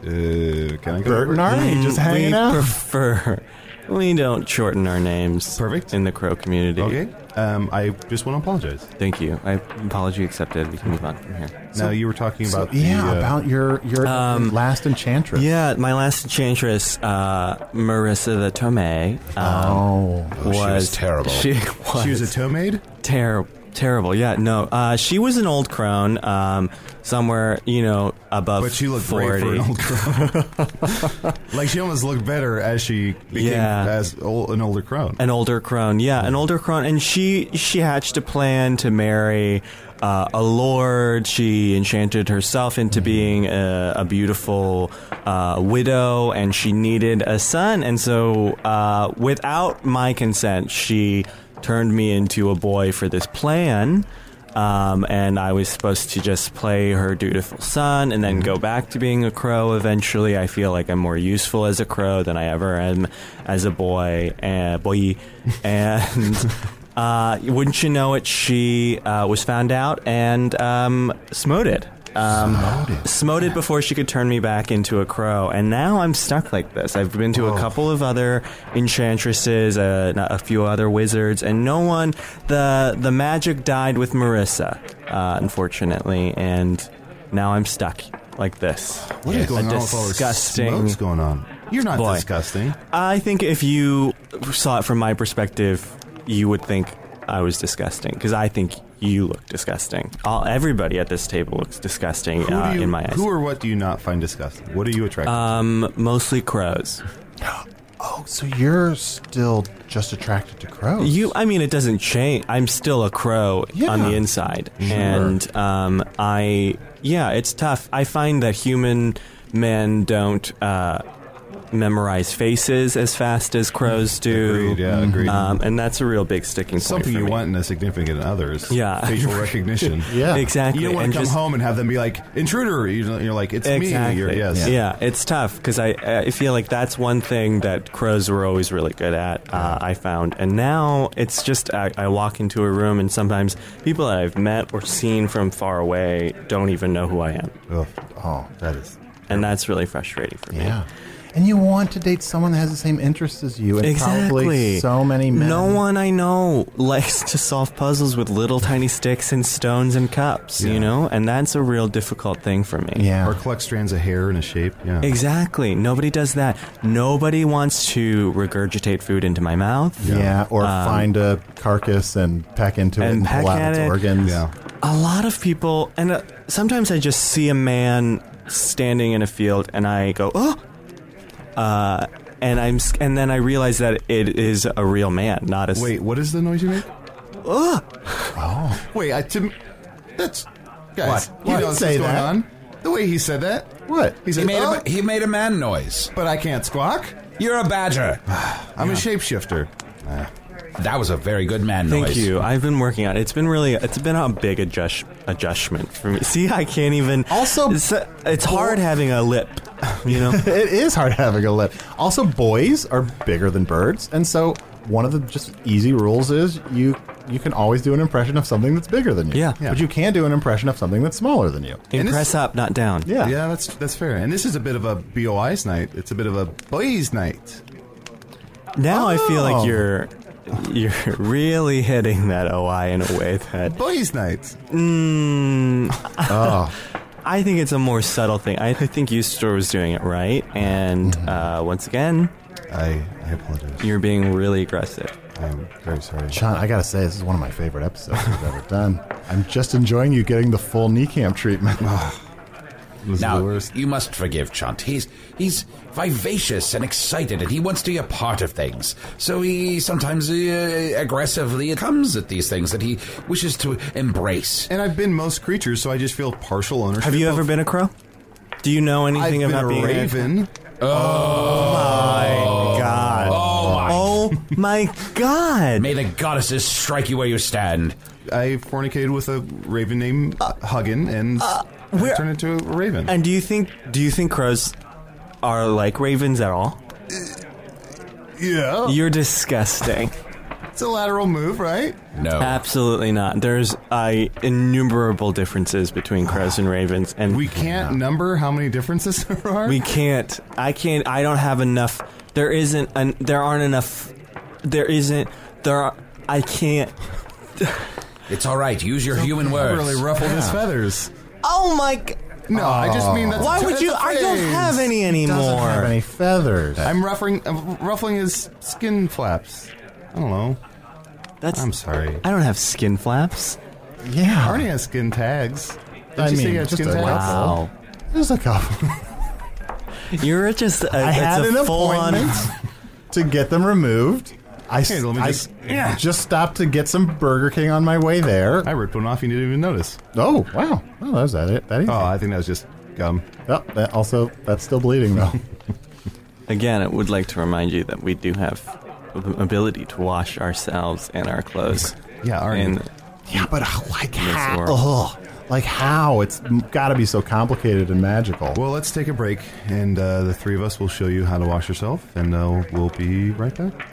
[SPEAKER 4] Uh, can I? Call you
[SPEAKER 3] Bert and Arnie just hanging
[SPEAKER 6] we
[SPEAKER 3] out.
[SPEAKER 6] prefer We don't shorten our names.
[SPEAKER 4] Perfect.
[SPEAKER 6] In the crow community.
[SPEAKER 4] Okay. Um, I just want to apologize.
[SPEAKER 6] Thank you. I apology accepted. We can move on from here.
[SPEAKER 4] now you were talking
[SPEAKER 3] So,
[SPEAKER 4] about
[SPEAKER 3] yeah,
[SPEAKER 4] the, uh,
[SPEAKER 3] about your your
[SPEAKER 6] Um,
[SPEAKER 3] last enchantress.
[SPEAKER 6] Yeah, my last enchantress, uh, Marissa the Tomei, um,
[SPEAKER 3] Oh,
[SPEAKER 6] was, (laughs)
[SPEAKER 5] terrible.
[SPEAKER 6] She was,
[SPEAKER 4] she was a toe maid.
[SPEAKER 6] terrible. Terrible. Yeah. No. Uh, she was an old crone, um, somewhere you know above.
[SPEAKER 4] But she looked
[SPEAKER 6] forty.
[SPEAKER 4] great for an old crone.
[SPEAKER 6] (laughs)
[SPEAKER 4] like she almost looked better as she became
[SPEAKER 6] Yeah.
[SPEAKER 4] as old, an older crone.
[SPEAKER 6] An older crone, yeah, an older crone, and she she hatched a plan to marry uh, a lord. She enchanted herself into being a, a beautiful uh, widow, and she needed a son. And so, uh, without my consent, she turned me into a boy for this plan. Um, and I was supposed to just play her dutiful son and then go back to being a crow eventually. I feel like I'm more useful as a crow than I ever am as a boy. Uh, boy. And uh, wouldn't you know it, she uh, was found out and um, smoted. Um, smoted before she could turn me back into a crow, and now I'm stuck like this. I've been to a couple of other enchantresses, uh, not- a few other wizards, and no one. the The magic died with Marissa, uh, unfortunately, and now I'm stuck like this.
[SPEAKER 4] What is going
[SPEAKER 6] a
[SPEAKER 4] on with all this
[SPEAKER 6] disgusting.
[SPEAKER 4] smoke's going on? You're not
[SPEAKER 6] boy.
[SPEAKER 4] disgusting.
[SPEAKER 6] I think if you saw it from my perspective, you would think I was disgusting because I think you look disgusting. All, everybody at this table looks disgusting
[SPEAKER 4] Who,
[SPEAKER 6] uh,
[SPEAKER 4] do you,
[SPEAKER 6] in my eyes.
[SPEAKER 4] who or what do you not find disgusting? What are you attracted
[SPEAKER 6] Um, mostly crows.
[SPEAKER 3] oh, so you're still just attracted to crows?
[SPEAKER 6] You, I mean, it doesn't change. I'm still a crow on
[SPEAKER 3] Yeah.
[SPEAKER 6] the inside, and um, I, yeah, it's tough. I find that human men don't uh, memorize faces as fast as crows do.
[SPEAKER 4] Agreed, yeah, agreed.
[SPEAKER 6] Um, and that's a real big sticking
[SPEAKER 4] to? Something
[SPEAKER 6] point for
[SPEAKER 4] you
[SPEAKER 6] me.
[SPEAKER 4] want in a significant other is
[SPEAKER 6] Yeah.
[SPEAKER 4] (laughs) facial recognition.
[SPEAKER 3] Yeah.
[SPEAKER 6] exactly.
[SPEAKER 4] You don't want
[SPEAKER 6] and
[SPEAKER 4] to come
[SPEAKER 6] just-
[SPEAKER 4] home and have them be like, intruder. You know, You're like, it's
[SPEAKER 6] Exactly.
[SPEAKER 4] me. You're, yes.
[SPEAKER 6] Yeah, it's tough because I I feel like that's one thing that crows were always really good at. Uh, I found, and now it's just I, I walk into a room and sometimes people that I've met or seen from far away don't even know who I am,
[SPEAKER 4] Ugh.
[SPEAKER 3] Oh,
[SPEAKER 4] that is.
[SPEAKER 6] and that's really frustrating for me.
[SPEAKER 3] yeah. And you want to date someone that has the same interests as you, and probably
[SPEAKER 6] Exactly.
[SPEAKER 3] so many men.
[SPEAKER 6] No one I know likes to solve puzzles with little tiny sticks and stones and cups,
[SPEAKER 4] Yeah.
[SPEAKER 6] you know, and that's a real difficult thing for me.
[SPEAKER 3] Yeah.
[SPEAKER 4] Or collect strands of hair in a shape. Yeah.
[SPEAKER 6] Exactly. Nobody does that. Nobody wants to regurgitate food into my mouth.
[SPEAKER 3] yeah, or find a carcass and peck into it
[SPEAKER 6] Um, and
[SPEAKER 3] and pull
[SPEAKER 6] peck
[SPEAKER 3] out
[SPEAKER 6] at
[SPEAKER 3] its
[SPEAKER 6] it.
[SPEAKER 3] organs.
[SPEAKER 4] Yeah.
[SPEAKER 6] A lot of people, and uh, sometimes I just see a man standing in a field, and I go, "Oh," uh, and I'm, s- and then I realize that it is a real man, not a. s-
[SPEAKER 4] Wait, what is the noise you make?
[SPEAKER 3] Oh,
[SPEAKER 4] Wait, I, Tim. That's. Guys,
[SPEAKER 3] What?
[SPEAKER 4] you
[SPEAKER 3] What?
[SPEAKER 4] know what's
[SPEAKER 3] Say
[SPEAKER 4] going
[SPEAKER 3] that.
[SPEAKER 4] on. The way he said that.
[SPEAKER 3] What?
[SPEAKER 4] He
[SPEAKER 5] He
[SPEAKER 4] said,
[SPEAKER 5] made,
[SPEAKER 4] "Oh,
[SPEAKER 5] a, he made a man noise.
[SPEAKER 4] but I can't squawk.
[SPEAKER 5] You're a badger.
[SPEAKER 4] I'm a shapeshifter. Ah.
[SPEAKER 5] That was a very good man
[SPEAKER 6] Thank
[SPEAKER 5] noise.
[SPEAKER 6] you. I've been working on it. It's been really. It's been a big adjust, adjustment for me. See, I can't even.
[SPEAKER 3] Also-
[SPEAKER 6] it's, uh, it's hard having a lip. You
[SPEAKER 3] (laughs)
[SPEAKER 6] know.
[SPEAKER 3] it is hard having a lip. Also, boys are bigger than birds, and so one of the just easy rules is you you can always do an impression of something that's bigger than you.
[SPEAKER 6] Yeah.
[SPEAKER 4] Yeah.
[SPEAKER 3] But you can do an impression of something that's smaller than you.
[SPEAKER 4] And
[SPEAKER 6] Impress
[SPEAKER 4] this-
[SPEAKER 6] up, not down.
[SPEAKER 3] Yeah.
[SPEAKER 4] Yeah, that's that's fair. And this is a bit of a BOI's night. It's a bit of a boys' night.
[SPEAKER 6] Now I feel
[SPEAKER 3] Oh.
[SPEAKER 6] like you're you're really hitting that OI in a way that
[SPEAKER 4] Boys' night.
[SPEAKER 6] mm,
[SPEAKER 3] Oh,
[SPEAKER 6] I think it's a more subtle thing. I, I think Eustor was doing it right, and
[SPEAKER 4] Mm-hmm.
[SPEAKER 6] uh, once again,
[SPEAKER 4] I, I apologize.
[SPEAKER 6] you're being really aggressive.
[SPEAKER 4] I'm very sorry.
[SPEAKER 3] Sean, I gotta say, this is one of my favorite episodes we've ever done. I'm just enjoying you getting the full knee camp treatment.
[SPEAKER 4] Ah,
[SPEAKER 3] (laughs)
[SPEAKER 4] This is the
[SPEAKER 5] Now,
[SPEAKER 4] worst.
[SPEAKER 5] you must forgive Chunt. He's he's vivacious and excited, and he wants to be a part of things. So he sometimes uh, aggressively comes at these things that he wishes to embrace.
[SPEAKER 4] And I've been most creatures, so I just feel partial ownership.
[SPEAKER 6] Have you
[SPEAKER 4] of-
[SPEAKER 6] ever been a crow? Do you know
[SPEAKER 4] I've
[SPEAKER 6] anything
[SPEAKER 4] been
[SPEAKER 6] about
[SPEAKER 4] a
[SPEAKER 6] being
[SPEAKER 4] raven.
[SPEAKER 6] a god?
[SPEAKER 5] Oh my!
[SPEAKER 6] Oh my god!
[SPEAKER 5] May the goddesses strike you where you stand.
[SPEAKER 4] I fornicated with a raven named Huggin, and
[SPEAKER 3] Uh,
[SPEAKER 4] I
[SPEAKER 6] where-
[SPEAKER 4] turned into a raven.
[SPEAKER 6] And do you think do you think crows are like ravens at all?
[SPEAKER 4] yeah,
[SPEAKER 6] You're disgusting.
[SPEAKER 4] it's a lateral move, right?
[SPEAKER 5] No.
[SPEAKER 6] Uh, Absolutely not. There's uh, innumerable differences between crows and ravens, and
[SPEAKER 4] We can't number how many differences (laughs) there are.
[SPEAKER 6] we can't. I can't. I don't have enough There isn't an. There aren't enough. There isn't. There. Are, I can't.
[SPEAKER 5] It's all right. Use your human words.
[SPEAKER 4] Really ruffled his feathers.
[SPEAKER 6] Oh my. g-
[SPEAKER 4] No, I just mean that's.
[SPEAKER 6] Why
[SPEAKER 4] that's
[SPEAKER 6] would you?
[SPEAKER 4] a
[SPEAKER 6] I don't
[SPEAKER 4] phrase.
[SPEAKER 6] have any
[SPEAKER 3] Doesn't have
[SPEAKER 6] anymore.
[SPEAKER 3] any feathers.
[SPEAKER 4] I'm ruffling, I'm ruffling his skin flaps. I don't know.
[SPEAKER 6] That's.
[SPEAKER 4] I'm sorry.
[SPEAKER 6] I don't have skin flaps.
[SPEAKER 3] yeah,
[SPEAKER 4] Arnie has skin tags. Did
[SPEAKER 3] I
[SPEAKER 4] you say
[SPEAKER 3] mean,
[SPEAKER 4] you had
[SPEAKER 3] just
[SPEAKER 4] skin
[SPEAKER 3] a
[SPEAKER 4] tags?
[SPEAKER 3] couple.
[SPEAKER 6] Wow.
[SPEAKER 3] there's a couple.
[SPEAKER 6] You're just. A,
[SPEAKER 3] I
[SPEAKER 6] it's
[SPEAKER 3] had
[SPEAKER 6] a
[SPEAKER 3] an
[SPEAKER 6] full
[SPEAKER 3] appointment
[SPEAKER 6] on.
[SPEAKER 3] (laughs) to get them removed. I, s-
[SPEAKER 4] Here, let me
[SPEAKER 3] I
[SPEAKER 4] just-
[SPEAKER 3] s- just stopped to get some Burger King on my way there.
[SPEAKER 4] I ripped one off. You didn't even notice.
[SPEAKER 3] oh wow, oh, that was that it. That easy.
[SPEAKER 4] Oh, I think that was just gum.
[SPEAKER 3] Oh, that also, that's still bleeding
[SPEAKER 4] (laughs)
[SPEAKER 3] though.
[SPEAKER 6] Again, I would like to remind you that we do have the ability to wash ourselves and our clothes.
[SPEAKER 4] Yeah, Arnie.
[SPEAKER 6] And
[SPEAKER 3] yeah, but uh, like
[SPEAKER 6] Miss
[SPEAKER 3] how?
[SPEAKER 6] Orr.
[SPEAKER 3] Ugh, like how? It's got to be so complicated and magical.
[SPEAKER 4] Well, let's take a break, and uh, the three of us will show you how to wash yourself, and uh, we'll be right back.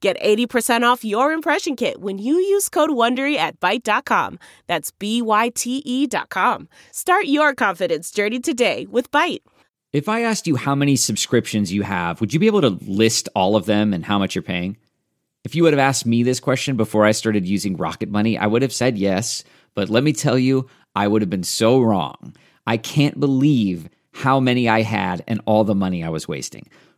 [SPEAKER 7] Get 80% off your impression kit when you use code WONDERY at Byte.com. That's B-Y-T-E E dot com. Start your confidence journey today with Byte.
[SPEAKER 8] If I asked you how many subscriptions you have, would you be able to list all of them and how much you're paying? If you would have asked me this question before I started using Rocket Money, I would have said yes. But let me tell you, I would have been so wrong. I can't believe how many I had and all the money I was wasting.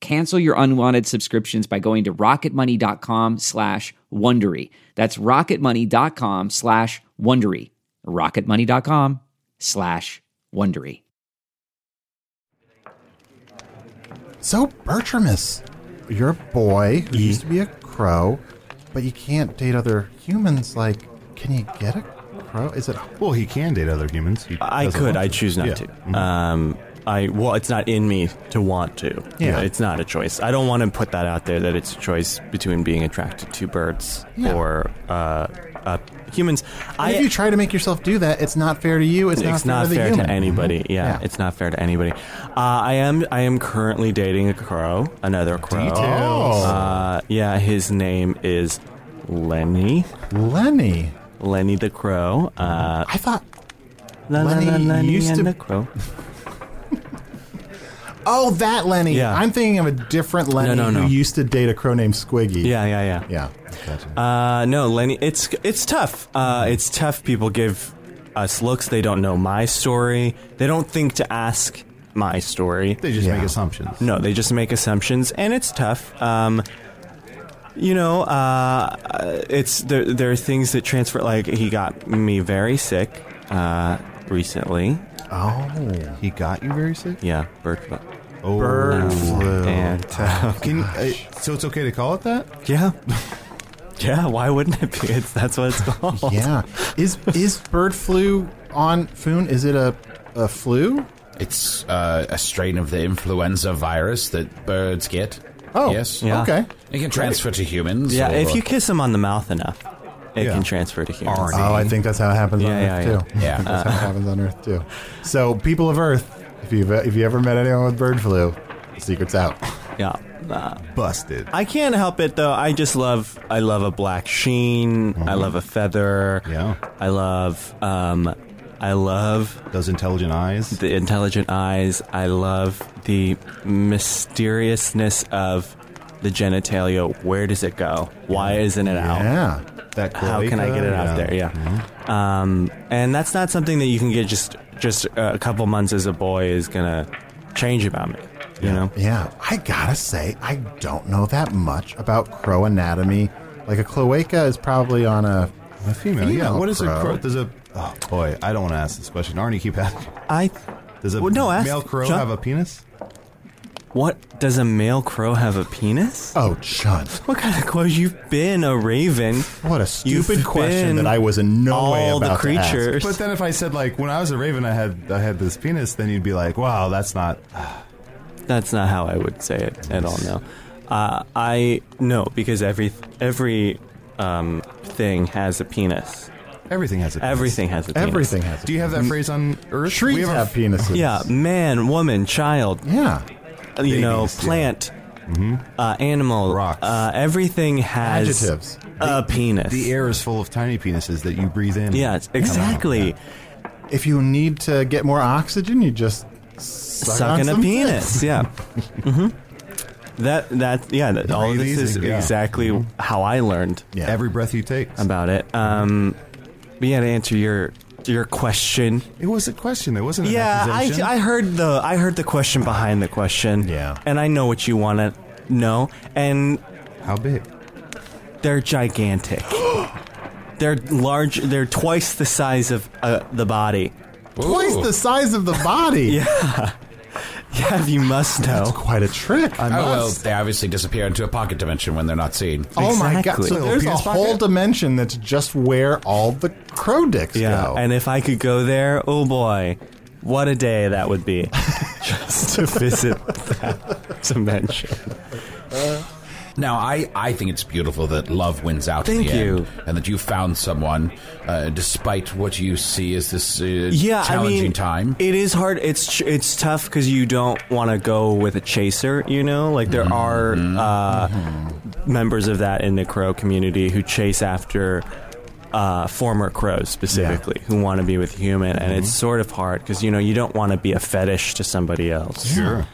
[SPEAKER 8] Cancel your unwanted subscriptions by going to rocketmoney.com slash Wondery. That's rocketmoney.com slash Wondery. rocketmoney.com slash Wondery.
[SPEAKER 3] So Bertramus, you're a boy who used to be a crow, but you can't date other humans. Like, can you get a crow? Is it?
[SPEAKER 4] Well, he can date other humans. He
[SPEAKER 6] I
[SPEAKER 4] doesn't
[SPEAKER 6] could.
[SPEAKER 4] want
[SPEAKER 6] I choose not
[SPEAKER 4] Yeah. Mm-hmm.
[SPEAKER 3] Mm-hmm.
[SPEAKER 6] to. Um, I well, it's not in me to want to.
[SPEAKER 3] Yeah.
[SPEAKER 6] it's not a choice. I don't want to put that out there that it's a choice between being attracted to birds
[SPEAKER 3] Yeah.
[SPEAKER 6] or uh, uh, humans. I,
[SPEAKER 3] if you try to make yourself do that, it's not fair to you. It's,
[SPEAKER 6] it's
[SPEAKER 3] not fair,
[SPEAKER 6] not
[SPEAKER 3] to, the
[SPEAKER 6] fair
[SPEAKER 3] human. Mm-hmm.
[SPEAKER 6] to anybody. Yeah,
[SPEAKER 3] Yeah.
[SPEAKER 6] it's not fair to anybody. Uh, I am. I am currently dating a crow, another crow.
[SPEAKER 4] Details.
[SPEAKER 6] Uh, yeah, his name is Lenny.
[SPEAKER 3] Lenny,
[SPEAKER 6] Lenny the crow. Uh,
[SPEAKER 3] I thought.
[SPEAKER 6] la, la, la,
[SPEAKER 3] Lenny
[SPEAKER 6] Lenny
[SPEAKER 3] used
[SPEAKER 6] and
[SPEAKER 3] to-
[SPEAKER 6] the crow.
[SPEAKER 3] Oh, that Lenny.
[SPEAKER 6] Yeah.
[SPEAKER 3] I'm thinking of a different Lenny
[SPEAKER 6] no, no.
[SPEAKER 3] who used to date a crow named Squiggy.
[SPEAKER 6] Yeah, yeah, yeah.
[SPEAKER 3] yeah.
[SPEAKER 6] Uh, no, Lenny, it's it's tough. Uh, it's tough. People give us looks. They don't know my story. They don't think to ask my story.
[SPEAKER 4] They just
[SPEAKER 3] Yeah.
[SPEAKER 4] make assumptions.
[SPEAKER 6] No, they just make assumptions, and it's tough. Um, you know, uh, it's there. There are things that transfer. Like he got me very sick uh, recently.
[SPEAKER 3] Oh,
[SPEAKER 4] He got you very sick.
[SPEAKER 6] Yeah, bird flu.
[SPEAKER 4] Oh,
[SPEAKER 3] bird flu.
[SPEAKER 6] (laughs) And uh,
[SPEAKER 4] Can uh, so it's okay to call it that?
[SPEAKER 6] yeah, (laughs) yeah. Why wouldn't it be? It's, that's what it's (laughs) called.
[SPEAKER 3] Yeah. Is is bird flu on Foon? Is it a a flu?
[SPEAKER 5] It's uh, a strain of the influenza virus that birds get.
[SPEAKER 3] Oh,
[SPEAKER 5] Yes.
[SPEAKER 6] Yeah.
[SPEAKER 3] Okay.
[SPEAKER 5] It can transfer to humans.
[SPEAKER 6] Yeah,
[SPEAKER 5] or-
[SPEAKER 6] if you kiss him on the mouth enough, it
[SPEAKER 3] Yeah.
[SPEAKER 6] can transfer to humans.
[SPEAKER 5] Arnie.
[SPEAKER 3] Oh, I think that's how it happens on
[SPEAKER 6] Yeah, yeah,
[SPEAKER 3] Earth
[SPEAKER 6] yeah.
[SPEAKER 3] too. I
[SPEAKER 5] Yeah.
[SPEAKER 3] think that's
[SPEAKER 6] (laughs)
[SPEAKER 3] how it happens on Earth too. So, people of Earth, if you've if you ever met anyone with bird flu, the secret's out.
[SPEAKER 6] Yeah. Uh,
[SPEAKER 4] Busted.
[SPEAKER 6] I can't help it though. I just love. I love a black sheen. I love a feather.
[SPEAKER 4] Yeah.
[SPEAKER 6] I love. Um, I love
[SPEAKER 4] Those intelligent eyes.
[SPEAKER 6] the intelligent eyes. I love the mysteriousness of the genitalia. Where does it go? Why isn't it out?
[SPEAKER 3] Yeah.
[SPEAKER 4] That
[SPEAKER 6] How can I
[SPEAKER 4] cloaca,
[SPEAKER 6] get it out there? Yeah. Um, and that's not something that you can get just just a couple months as a boy is gonna change about me. You know.
[SPEAKER 3] Yeah, I gotta say, I don't know that much about crow anatomy. Like a cloaca is probably on a
[SPEAKER 4] A female, yeah.
[SPEAKER 3] Female
[SPEAKER 4] What is
[SPEAKER 3] crow.
[SPEAKER 4] a crow? Does a oh boy, I don't want to ask this question. Arnie, keep asking.
[SPEAKER 6] I
[SPEAKER 4] Does a
[SPEAKER 6] Well, no, ask
[SPEAKER 4] male crow
[SPEAKER 6] John-
[SPEAKER 4] have a penis?
[SPEAKER 6] What does a male crow have a penis?
[SPEAKER 3] oh chun.
[SPEAKER 6] What kind of crow? You've been a raven.
[SPEAKER 3] What a
[SPEAKER 6] You've
[SPEAKER 3] stupid question
[SPEAKER 6] been
[SPEAKER 3] that I was in no
[SPEAKER 6] all
[SPEAKER 3] way about
[SPEAKER 6] the
[SPEAKER 3] to ask.
[SPEAKER 6] creatures.
[SPEAKER 4] But then if I said like when I was a raven, I had I had this penis, then you'd be like, wow, that's not.
[SPEAKER 6] That's not how I would say it at all. No, uh, I no because every every um, thing has a penis.
[SPEAKER 4] Everything has a. penis.
[SPEAKER 6] Everything has a penis.
[SPEAKER 3] Everything has. A
[SPEAKER 4] Do you have that phrase on Earth?
[SPEAKER 3] Trees
[SPEAKER 4] We
[SPEAKER 3] have,
[SPEAKER 4] a-
[SPEAKER 3] penises.
[SPEAKER 6] Yeah, man, woman, child,
[SPEAKER 3] Yeah.
[SPEAKER 6] you know,
[SPEAKER 4] Babies, yeah. Mm-hmm.
[SPEAKER 6] plant, uh, animal,
[SPEAKER 4] Rocks.
[SPEAKER 6] Uh, everything has
[SPEAKER 3] Adjectives.
[SPEAKER 6] a penis.
[SPEAKER 4] The air is full of tiny penises that you breathe in.
[SPEAKER 6] Yes, exactly.
[SPEAKER 3] If you need to get more oxygen, you just suck on
[SPEAKER 6] sucking a
[SPEAKER 3] some
[SPEAKER 6] penis.
[SPEAKER 3] dick.
[SPEAKER 4] (laughs)
[SPEAKER 6] Yeah. hmm That that yeah. That, all of this is
[SPEAKER 4] Breathing, yeah. Mm-hmm.
[SPEAKER 6] exactly how I learned
[SPEAKER 3] Yeah.
[SPEAKER 4] Every breath you take.
[SPEAKER 6] about it. Um, but yeah, to answer your your question.
[SPEAKER 4] it was a question. It wasn't. An
[SPEAKER 6] Yeah, I,
[SPEAKER 4] accusation.
[SPEAKER 6] I heard the I heard the question behind the question.
[SPEAKER 3] Yeah.
[SPEAKER 6] and I know what you want to know, and
[SPEAKER 4] How big?
[SPEAKER 6] they're gigantic. they're large. They're twice the size of uh, the body. (laughs)
[SPEAKER 3] Twice the size of the body. yeah.
[SPEAKER 6] Yeah, you must
[SPEAKER 3] That's
[SPEAKER 6] know.
[SPEAKER 3] quite a trick.
[SPEAKER 5] Oh, well, they obviously disappear into a pocket dimension when they're not seen.
[SPEAKER 3] Oh my god!
[SPEAKER 6] Exactly.
[SPEAKER 3] So
[SPEAKER 4] Little
[SPEAKER 3] there's a
[SPEAKER 4] penis pocket?
[SPEAKER 3] whole dimension that's just where all the crow dicks
[SPEAKER 6] Yeah,
[SPEAKER 3] go.
[SPEAKER 6] and if I could go there, oh boy, what a day that would be, just to visit that dimension.
[SPEAKER 5] Now, I, I think it's beautiful that love wins out.
[SPEAKER 6] Thank
[SPEAKER 5] in the
[SPEAKER 6] you.
[SPEAKER 5] end, and that you found someone, uh, despite what you see as this uh,
[SPEAKER 6] yeah,
[SPEAKER 5] challenging
[SPEAKER 6] I mean,
[SPEAKER 5] time.
[SPEAKER 6] It is hard. It's ch- it's tough because you don't want to go with a chaser. You know, like
[SPEAKER 5] Mm-hmm.
[SPEAKER 6] there are uh, members of that in the crow community who chase after uh, former crows specifically who want to be with human, and it's
[SPEAKER 5] Mm-hmm.
[SPEAKER 6] sort of hard because you know you don't want to be a fetish to somebody else.
[SPEAKER 4] Sure.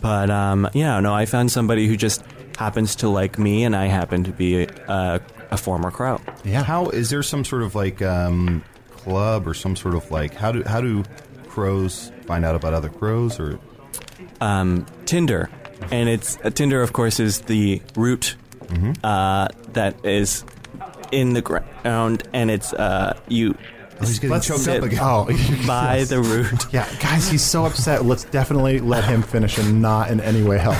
[SPEAKER 6] But um, yeah, no, I found somebody who just happens to like me, and I happen to be a, a former crow.
[SPEAKER 3] yeah.
[SPEAKER 4] How is there some sort of like um, club or some sort of like how do how do crows find out about other crows or
[SPEAKER 6] um, Tinder, and it's uh, Tinder. Of course, is the root
[SPEAKER 4] Mm-hmm.
[SPEAKER 6] uh, that is in the ground, and it's uh, you
[SPEAKER 4] he's getting choked
[SPEAKER 6] sit
[SPEAKER 4] up again.
[SPEAKER 3] Oh,
[SPEAKER 6] (laughs)
[SPEAKER 3] (laughs)
[SPEAKER 6] by
[SPEAKER 3] yes.
[SPEAKER 6] the root.
[SPEAKER 3] Yeah, guys, he's so upset. Let's definitely let him finish and not in any way help.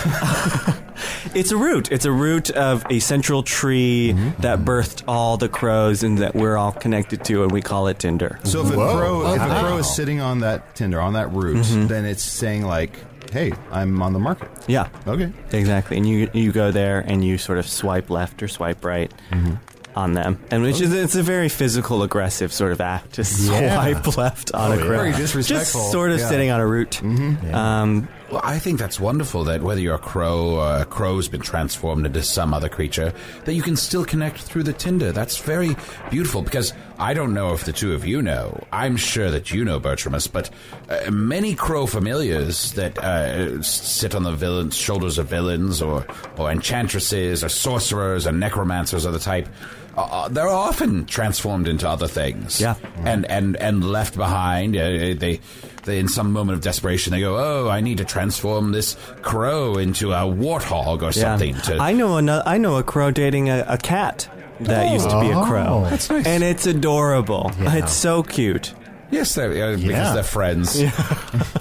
[SPEAKER 6] It's a root. It's a root of a central tree
[SPEAKER 4] Mm-hmm.
[SPEAKER 6] that birthed all the crows, and that we're all connected to, and we call it Tinder.
[SPEAKER 4] So if a
[SPEAKER 3] Whoa.
[SPEAKER 4] crow if a
[SPEAKER 3] Wow. Mm-hmm.
[SPEAKER 4] crow is sitting on that tinder on that root, then it's saying like, "Hey, I'm on the market."
[SPEAKER 6] Yeah.
[SPEAKER 4] Okay.
[SPEAKER 6] Exactly, and you you go there and you sort of swipe left or swipe right
[SPEAKER 3] Mm-hmm.
[SPEAKER 6] on them, and which is it's a very physical, aggressive sort of act to swipe left on
[SPEAKER 3] Oh,
[SPEAKER 6] a
[SPEAKER 3] yeah.
[SPEAKER 6] crow,
[SPEAKER 3] Very Mm-hmm.
[SPEAKER 4] disrespectful,
[SPEAKER 6] just sort of
[SPEAKER 4] yeah.
[SPEAKER 6] sitting on a root. Um,
[SPEAKER 5] Well, I think that's wonderful that whether you're a crow or a crow's been transformed into some other creature, that you can still connect through the Tinder. That's very beautiful because I don't know if the two of you know. I'm sure that you know Bertramus, but uh, many crow familiars that uh, s- sit on the villains, shoulders of villains or, or enchantresses or sorcerers or necromancers of the type. Uh, uh, they're often transformed into other things
[SPEAKER 6] Yeah.
[SPEAKER 5] and and and left behind. Uh, they they in some moment of desperation they go, "Oh, I need to transform this crow into a warthog or
[SPEAKER 6] yeah.
[SPEAKER 5] something." To
[SPEAKER 6] I know another, I know a crow dating a, a cat that used to be a crow,
[SPEAKER 3] Oh.
[SPEAKER 5] That's nice.
[SPEAKER 6] and it's adorable. It's so cute.
[SPEAKER 5] yes, they're, uh, because
[SPEAKER 3] Yeah.
[SPEAKER 5] they're friends.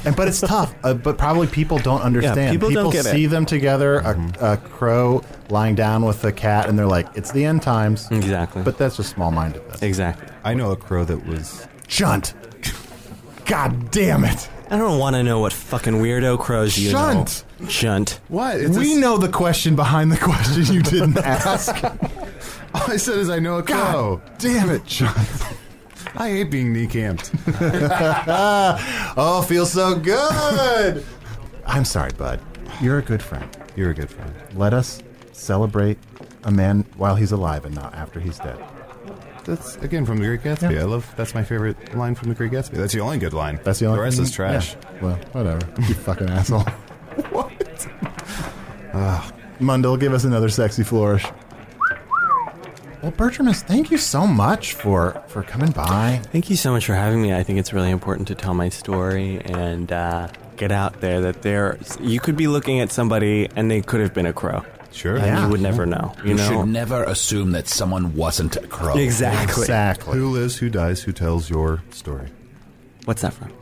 [SPEAKER 3] And but it's tough. Uh, but probably people don't understand.
[SPEAKER 6] people don't get it.
[SPEAKER 3] see them together, a, a crow lying down with a cat, and they're like, "It's the end times."
[SPEAKER 6] Exactly.
[SPEAKER 3] But that's just small-mindedness.
[SPEAKER 6] Exactly.
[SPEAKER 4] I know a crow that was
[SPEAKER 3] Junt. God damn it!
[SPEAKER 6] I don't want to know what fucking weirdo crows you
[SPEAKER 3] Shunt.
[SPEAKER 6] know. Shunt.
[SPEAKER 4] What? It's a
[SPEAKER 3] We
[SPEAKER 4] s-
[SPEAKER 3] know the question behind the question you (laughs) didn't ask.
[SPEAKER 4] (laughs) All I said is I know a crow.
[SPEAKER 3] God damn it, John.
[SPEAKER 4] I hate being knee camped.
[SPEAKER 3] (laughs) Oh, feels so good. I'm sorry, bud. You're a good friend.
[SPEAKER 4] You're a good friend.
[SPEAKER 3] Let us celebrate a man while he's alive and not after he's dead.
[SPEAKER 4] That's again from The Great Gatsby. I love. That's my favorite line from The Great Gatsby. That's the only good line.
[SPEAKER 3] That's the only.
[SPEAKER 4] The rest
[SPEAKER 3] thing-
[SPEAKER 4] is trash.
[SPEAKER 3] yeah. Well, whatever. You fucking asshole.
[SPEAKER 4] (laughs)
[SPEAKER 3] Ah,
[SPEAKER 4] What?
[SPEAKER 3] Mundell, give us another sexy flourish. Well, Bertramus, thank you so much for for coming by.
[SPEAKER 6] Thank you so much for having me. I think it's really important to tell my story and uh, get out there that there you could be looking at somebody and they could have been a crow.
[SPEAKER 4] Sure.
[SPEAKER 6] And
[SPEAKER 3] Yeah.
[SPEAKER 6] you would never know. You,
[SPEAKER 5] You
[SPEAKER 6] know
[SPEAKER 5] should never assume that someone wasn't a crow.
[SPEAKER 6] exactly.
[SPEAKER 3] Exactly.
[SPEAKER 4] Who lives? Who dies? Who tells your story?
[SPEAKER 6] What's that from?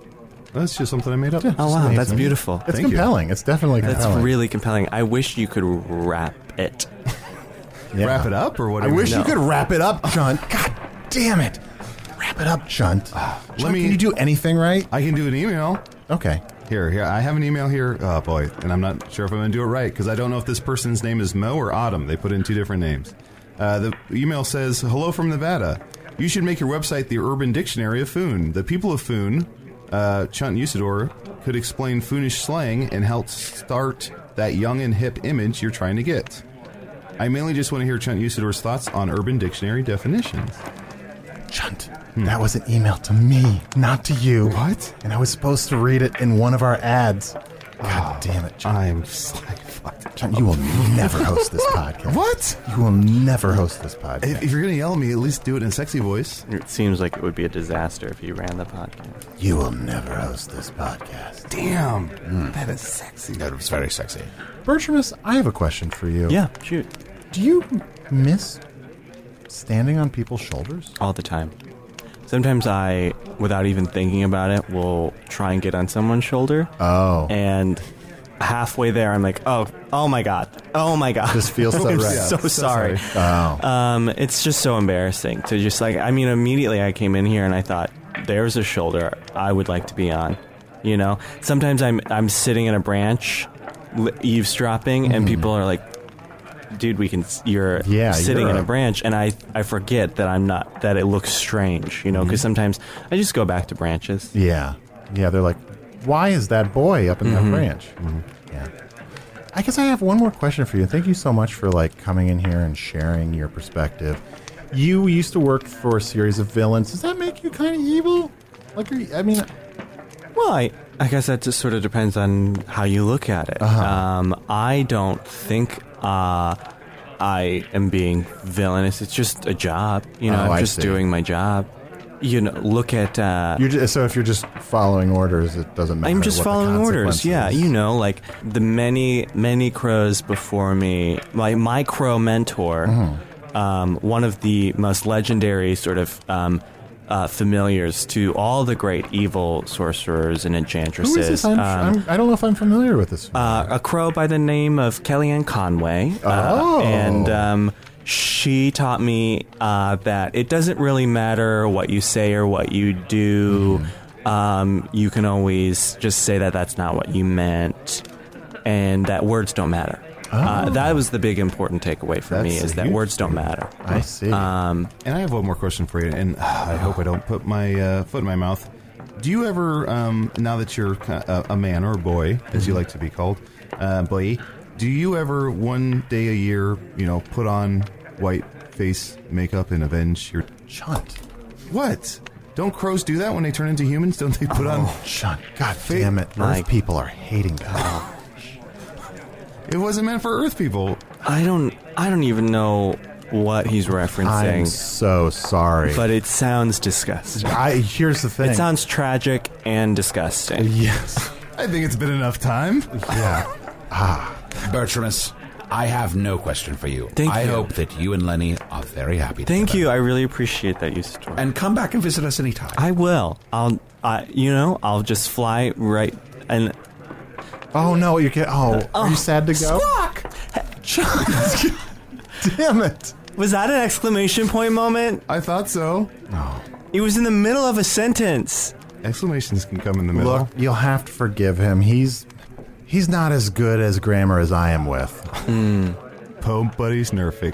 [SPEAKER 4] That's just something I made up.
[SPEAKER 6] Oh wow, that's
[SPEAKER 3] amazing.
[SPEAKER 6] beautiful.
[SPEAKER 3] It's
[SPEAKER 4] Thank you.
[SPEAKER 3] compelling. It's definitely
[SPEAKER 6] That's
[SPEAKER 3] compelling.
[SPEAKER 6] really compelling. I wish you could wrap it.
[SPEAKER 3] Yeah.
[SPEAKER 4] Wrap it up or
[SPEAKER 3] I
[SPEAKER 4] whatever.
[SPEAKER 3] wish you
[SPEAKER 6] No.
[SPEAKER 3] could wrap it up, Chunt. God damn it. Wrap it up, Chunt. Chunt,
[SPEAKER 4] Ah, me-
[SPEAKER 3] can you do anything right?
[SPEAKER 4] I can do an email.
[SPEAKER 3] Okay.
[SPEAKER 4] Here, here. I have an email here. Oh boy, and I'm not sure if I'm going to do it right because I don't know if this person's name is Mo or Autumn. They put in two different names. Uh, the email says, "Hello from Nevada. You should make your website the Urban Dictionary of Foon. The people of Foon, uh, Chunt Usador, could explain Foonish slang and help start that young and hip image you're trying to get. I mainly just want to hear Chunt Usador's thoughts on Urban Dictionary definitions.
[SPEAKER 3] Chunt, Hmm. that was an email to me, not to you. What? And I was supposed to read it in one of our ads.
[SPEAKER 4] Ah,
[SPEAKER 3] God damn it, Chunt.
[SPEAKER 4] I'm just like (laughs) fucked.
[SPEAKER 3] Chunt, you will never host
[SPEAKER 4] (laughs)
[SPEAKER 3] this podcast.
[SPEAKER 4] What?
[SPEAKER 3] You will never host this podcast.
[SPEAKER 4] If, if you're going to yell at me, at least do it in a sexy voice."
[SPEAKER 6] It seems like it would be a disaster if you ran the podcast.
[SPEAKER 3] you will never host this podcast.
[SPEAKER 4] Damn, that is sexy.
[SPEAKER 5] That was very sexy.
[SPEAKER 3] Bertramus, I have a question for you.
[SPEAKER 6] Yeah, shoot.
[SPEAKER 3] Do you miss standing on people's shoulders?
[SPEAKER 6] All the time. Sometimes I, without even thinking about it, will try and get on someone's shoulder.
[SPEAKER 3] Oh.
[SPEAKER 6] and halfway there, I'm like, oh, oh my god, oh my god,
[SPEAKER 3] This feels
[SPEAKER 4] (laughs)
[SPEAKER 3] so
[SPEAKER 6] (laughs) I'm
[SPEAKER 3] right.
[SPEAKER 6] so,
[SPEAKER 3] Yeah, so
[SPEAKER 6] sorry.
[SPEAKER 3] Oh.
[SPEAKER 6] Um, it's just so embarrassing to just like. I mean, immediately I came in here and I thought, there's a shoulder I would like to be on. You know, sometimes I'm I'm sitting in a branch, li- eavesdropping, and people are like. Dude, we can. s- You're
[SPEAKER 3] Mm-hmm. Yeah,
[SPEAKER 6] sitting
[SPEAKER 3] you're
[SPEAKER 6] in a
[SPEAKER 3] a-
[SPEAKER 6] branch, and I I forget that I'm not. That it looks strange, you know,
[SPEAKER 3] Mm-hmm.
[SPEAKER 6] because sometimes I just go back to branches.
[SPEAKER 3] Yeah. Yeah, they're like, why is that boy up in
[SPEAKER 6] Mm-hmm.
[SPEAKER 3] that branch? Yeah. I guess I have one more question for you. Thank you so much for like coming in here and sharing your perspective. You used to work for a series of villains. Does that make you kind of evil? Like, are you, I mean,
[SPEAKER 6] Well, I, I guess that just sort of depends on how you look at it.
[SPEAKER 3] Uh-huh.
[SPEAKER 6] Um, I don't think uh, I am being villainous. It's just a job. You know,
[SPEAKER 3] Oh, I
[SPEAKER 6] I'm just
[SPEAKER 3] see.
[SPEAKER 6] doing my job. You know, look at. Uh,
[SPEAKER 3] you're just, so if you're just following orders, it doesn't matter.
[SPEAKER 6] I'm just
[SPEAKER 3] what the
[SPEAKER 6] following orders.
[SPEAKER 3] consequence
[SPEAKER 6] Yeah,
[SPEAKER 3] is.
[SPEAKER 6] you know, like the many, many crows before me, my, my crow mentor,
[SPEAKER 3] Uh-huh.
[SPEAKER 6] um, one of the most legendary sort of um, uh, familiars to all the great evil sorcerers and enchantresses.
[SPEAKER 3] Who is this?
[SPEAKER 6] um,
[SPEAKER 3] I'm, I'm, I don't know if I'm familiar with this.
[SPEAKER 6] uh, a crow by the name of Kellyanne Conway. Uh,
[SPEAKER 3] Oh.
[SPEAKER 6] And um, she taught me uh, that it doesn't really matter what you say or what you do.
[SPEAKER 3] Mm-hmm.
[SPEAKER 6] Um, you can always just say that that's not what you meant and that words don't matter.
[SPEAKER 3] Oh.
[SPEAKER 6] Uh, that was the big important takeaway for me
[SPEAKER 4] That's
[SPEAKER 6] is
[SPEAKER 4] a
[SPEAKER 6] that
[SPEAKER 4] huge
[SPEAKER 6] words don't matter.
[SPEAKER 3] I see. Um,
[SPEAKER 4] And I have one more question for you, and uh, I hope I don't put my uh, foot in my mouth. Do you ever, um, now that you're uh, a man or a boy, as
[SPEAKER 3] Mm-hmm.
[SPEAKER 4] you like to be called, uh, boy, do you ever one day a year, you know, put on white face makeup and avenge your.
[SPEAKER 3] Chunt.
[SPEAKER 4] What? Don't crows do that when they turn into humans? Don't they put
[SPEAKER 3] Oh, Chunt. God
[SPEAKER 4] Fa-
[SPEAKER 3] damn it.
[SPEAKER 6] My-
[SPEAKER 3] Earth people are hating us.
[SPEAKER 4] on. It wasn't meant for Earth people.
[SPEAKER 6] I don't I don't even know what he's
[SPEAKER 3] I'm
[SPEAKER 6] referencing,
[SPEAKER 3] so sorry.
[SPEAKER 6] but it sounds disgusting.
[SPEAKER 3] I here's the thing.
[SPEAKER 6] It sounds tragic and disgusting.
[SPEAKER 3] yes.
[SPEAKER 4] I think it's been enough time.
[SPEAKER 3] Yeah.
[SPEAKER 5] Bertramus, I have no question for you.
[SPEAKER 6] Thank
[SPEAKER 5] I
[SPEAKER 6] you.
[SPEAKER 5] hope that you and Lenny are very happy.
[SPEAKER 6] Thank
[SPEAKER 5] together.
[SPEAKER 6] you. I really appreciate that you story.
[SPEAKER 5] And come back and visit us anytime.
[SPEAKER 6] I will. I'll. I. You know. I'll just fly right. And
[SPEAKER 3] Oh no, you get. Oh, are you sad to go?
[SPEAKER 6] squawk.
[SPEAKER 3] Damn it!
[SPEAKER 6] Was that an exclamation point moment?
[SPEAKER 4] I thought so.
[SPEAKER 6] It was in the middle of a sentence.
[SPEAKER 4] Exclamations can come in the middle.
[SPEAKER 3] Look, you'll have to forgive him. He's he's not as good as grammar as I am with.
[SPEAKER 4] Poem buddies nerfed.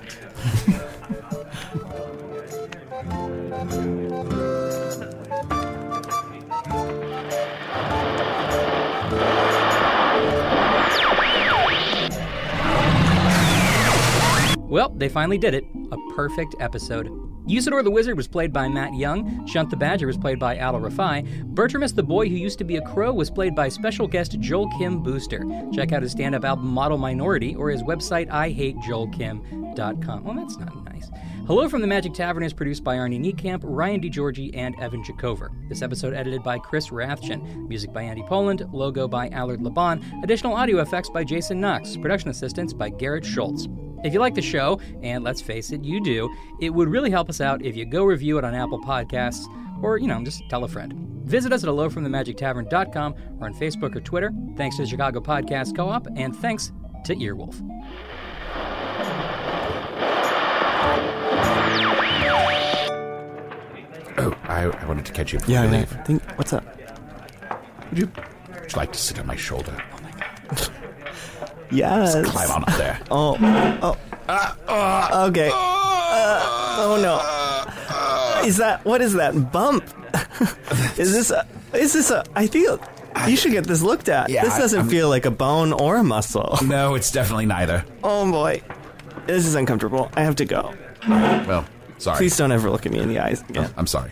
[SPEAKER 2] Well, they finally did it. A perfect episode. Usador the Wizard was played by Matt Young. Shunt the Badger was played by Al Rafai. Bertramus the Boy Who Used to Be a Crow was played by special guest Joel Kim Booster. Check out his stand up album Model Minority or his website IHateJoelKim.com. Well, that's not nice. Hello from the Magic Tavern is produced by Arnie Niekamp, Ryan DiGiorgi, and Evan Jacover. This episode edited by Chris Rathchen. Music by Andy Poland. Logo by Allard Laban. Additional audio effects by Jason Knox. Production assistance by Garrett Schultz. If you like the show, and let's face it, you do, it would really help us out if you go review it on Apple Podcasts or, you know, just tell a friend. Visit us at hellofromthemagictavern.com or on Facebook or Twitter. Thanks to the Chicago Podcast Co op, and thanks to Earwolf.
[SPEAKER 5] Oh, I, I wanted to catch you. before
[SPEAKER 6] Yeah,
[SPEAKER 5] you
[SPEAKER 6] I
[SPEAKER 5] leave.
[SPEAKER 6] think. What's up?
[SPEAKER 5] Would you, would you like to sit on my shoulder? Oh my God.
[SPEAKER 6] Yes.
[SPEAKER 5] Climb on up there. Ah,
[SPEAKER 6] Oh. Oh. okay. oh no. Is that what is that bump? (laughs) is this a? Is this a? I feel. You should get this looked at.
[SPEAKER 5] Yeah,
[SPEAKER 6] this
[SPEAKER 5] I-
[SPEAKER 6] doesn't
[SPEAKER 5] I'm-
[SPEAKER 6] feel like a bone or a muscle.
[SPEAKER 5] No, it's definitely neither.
[SPEAKER 6] Oh boy, this is uncomfortable. I have to go.
[SPEAKER 5] Well, sorry.
[SPEAKER 6] Please don't ever look at me in the eyes again.
[SPEAKER 5] I'm sorry.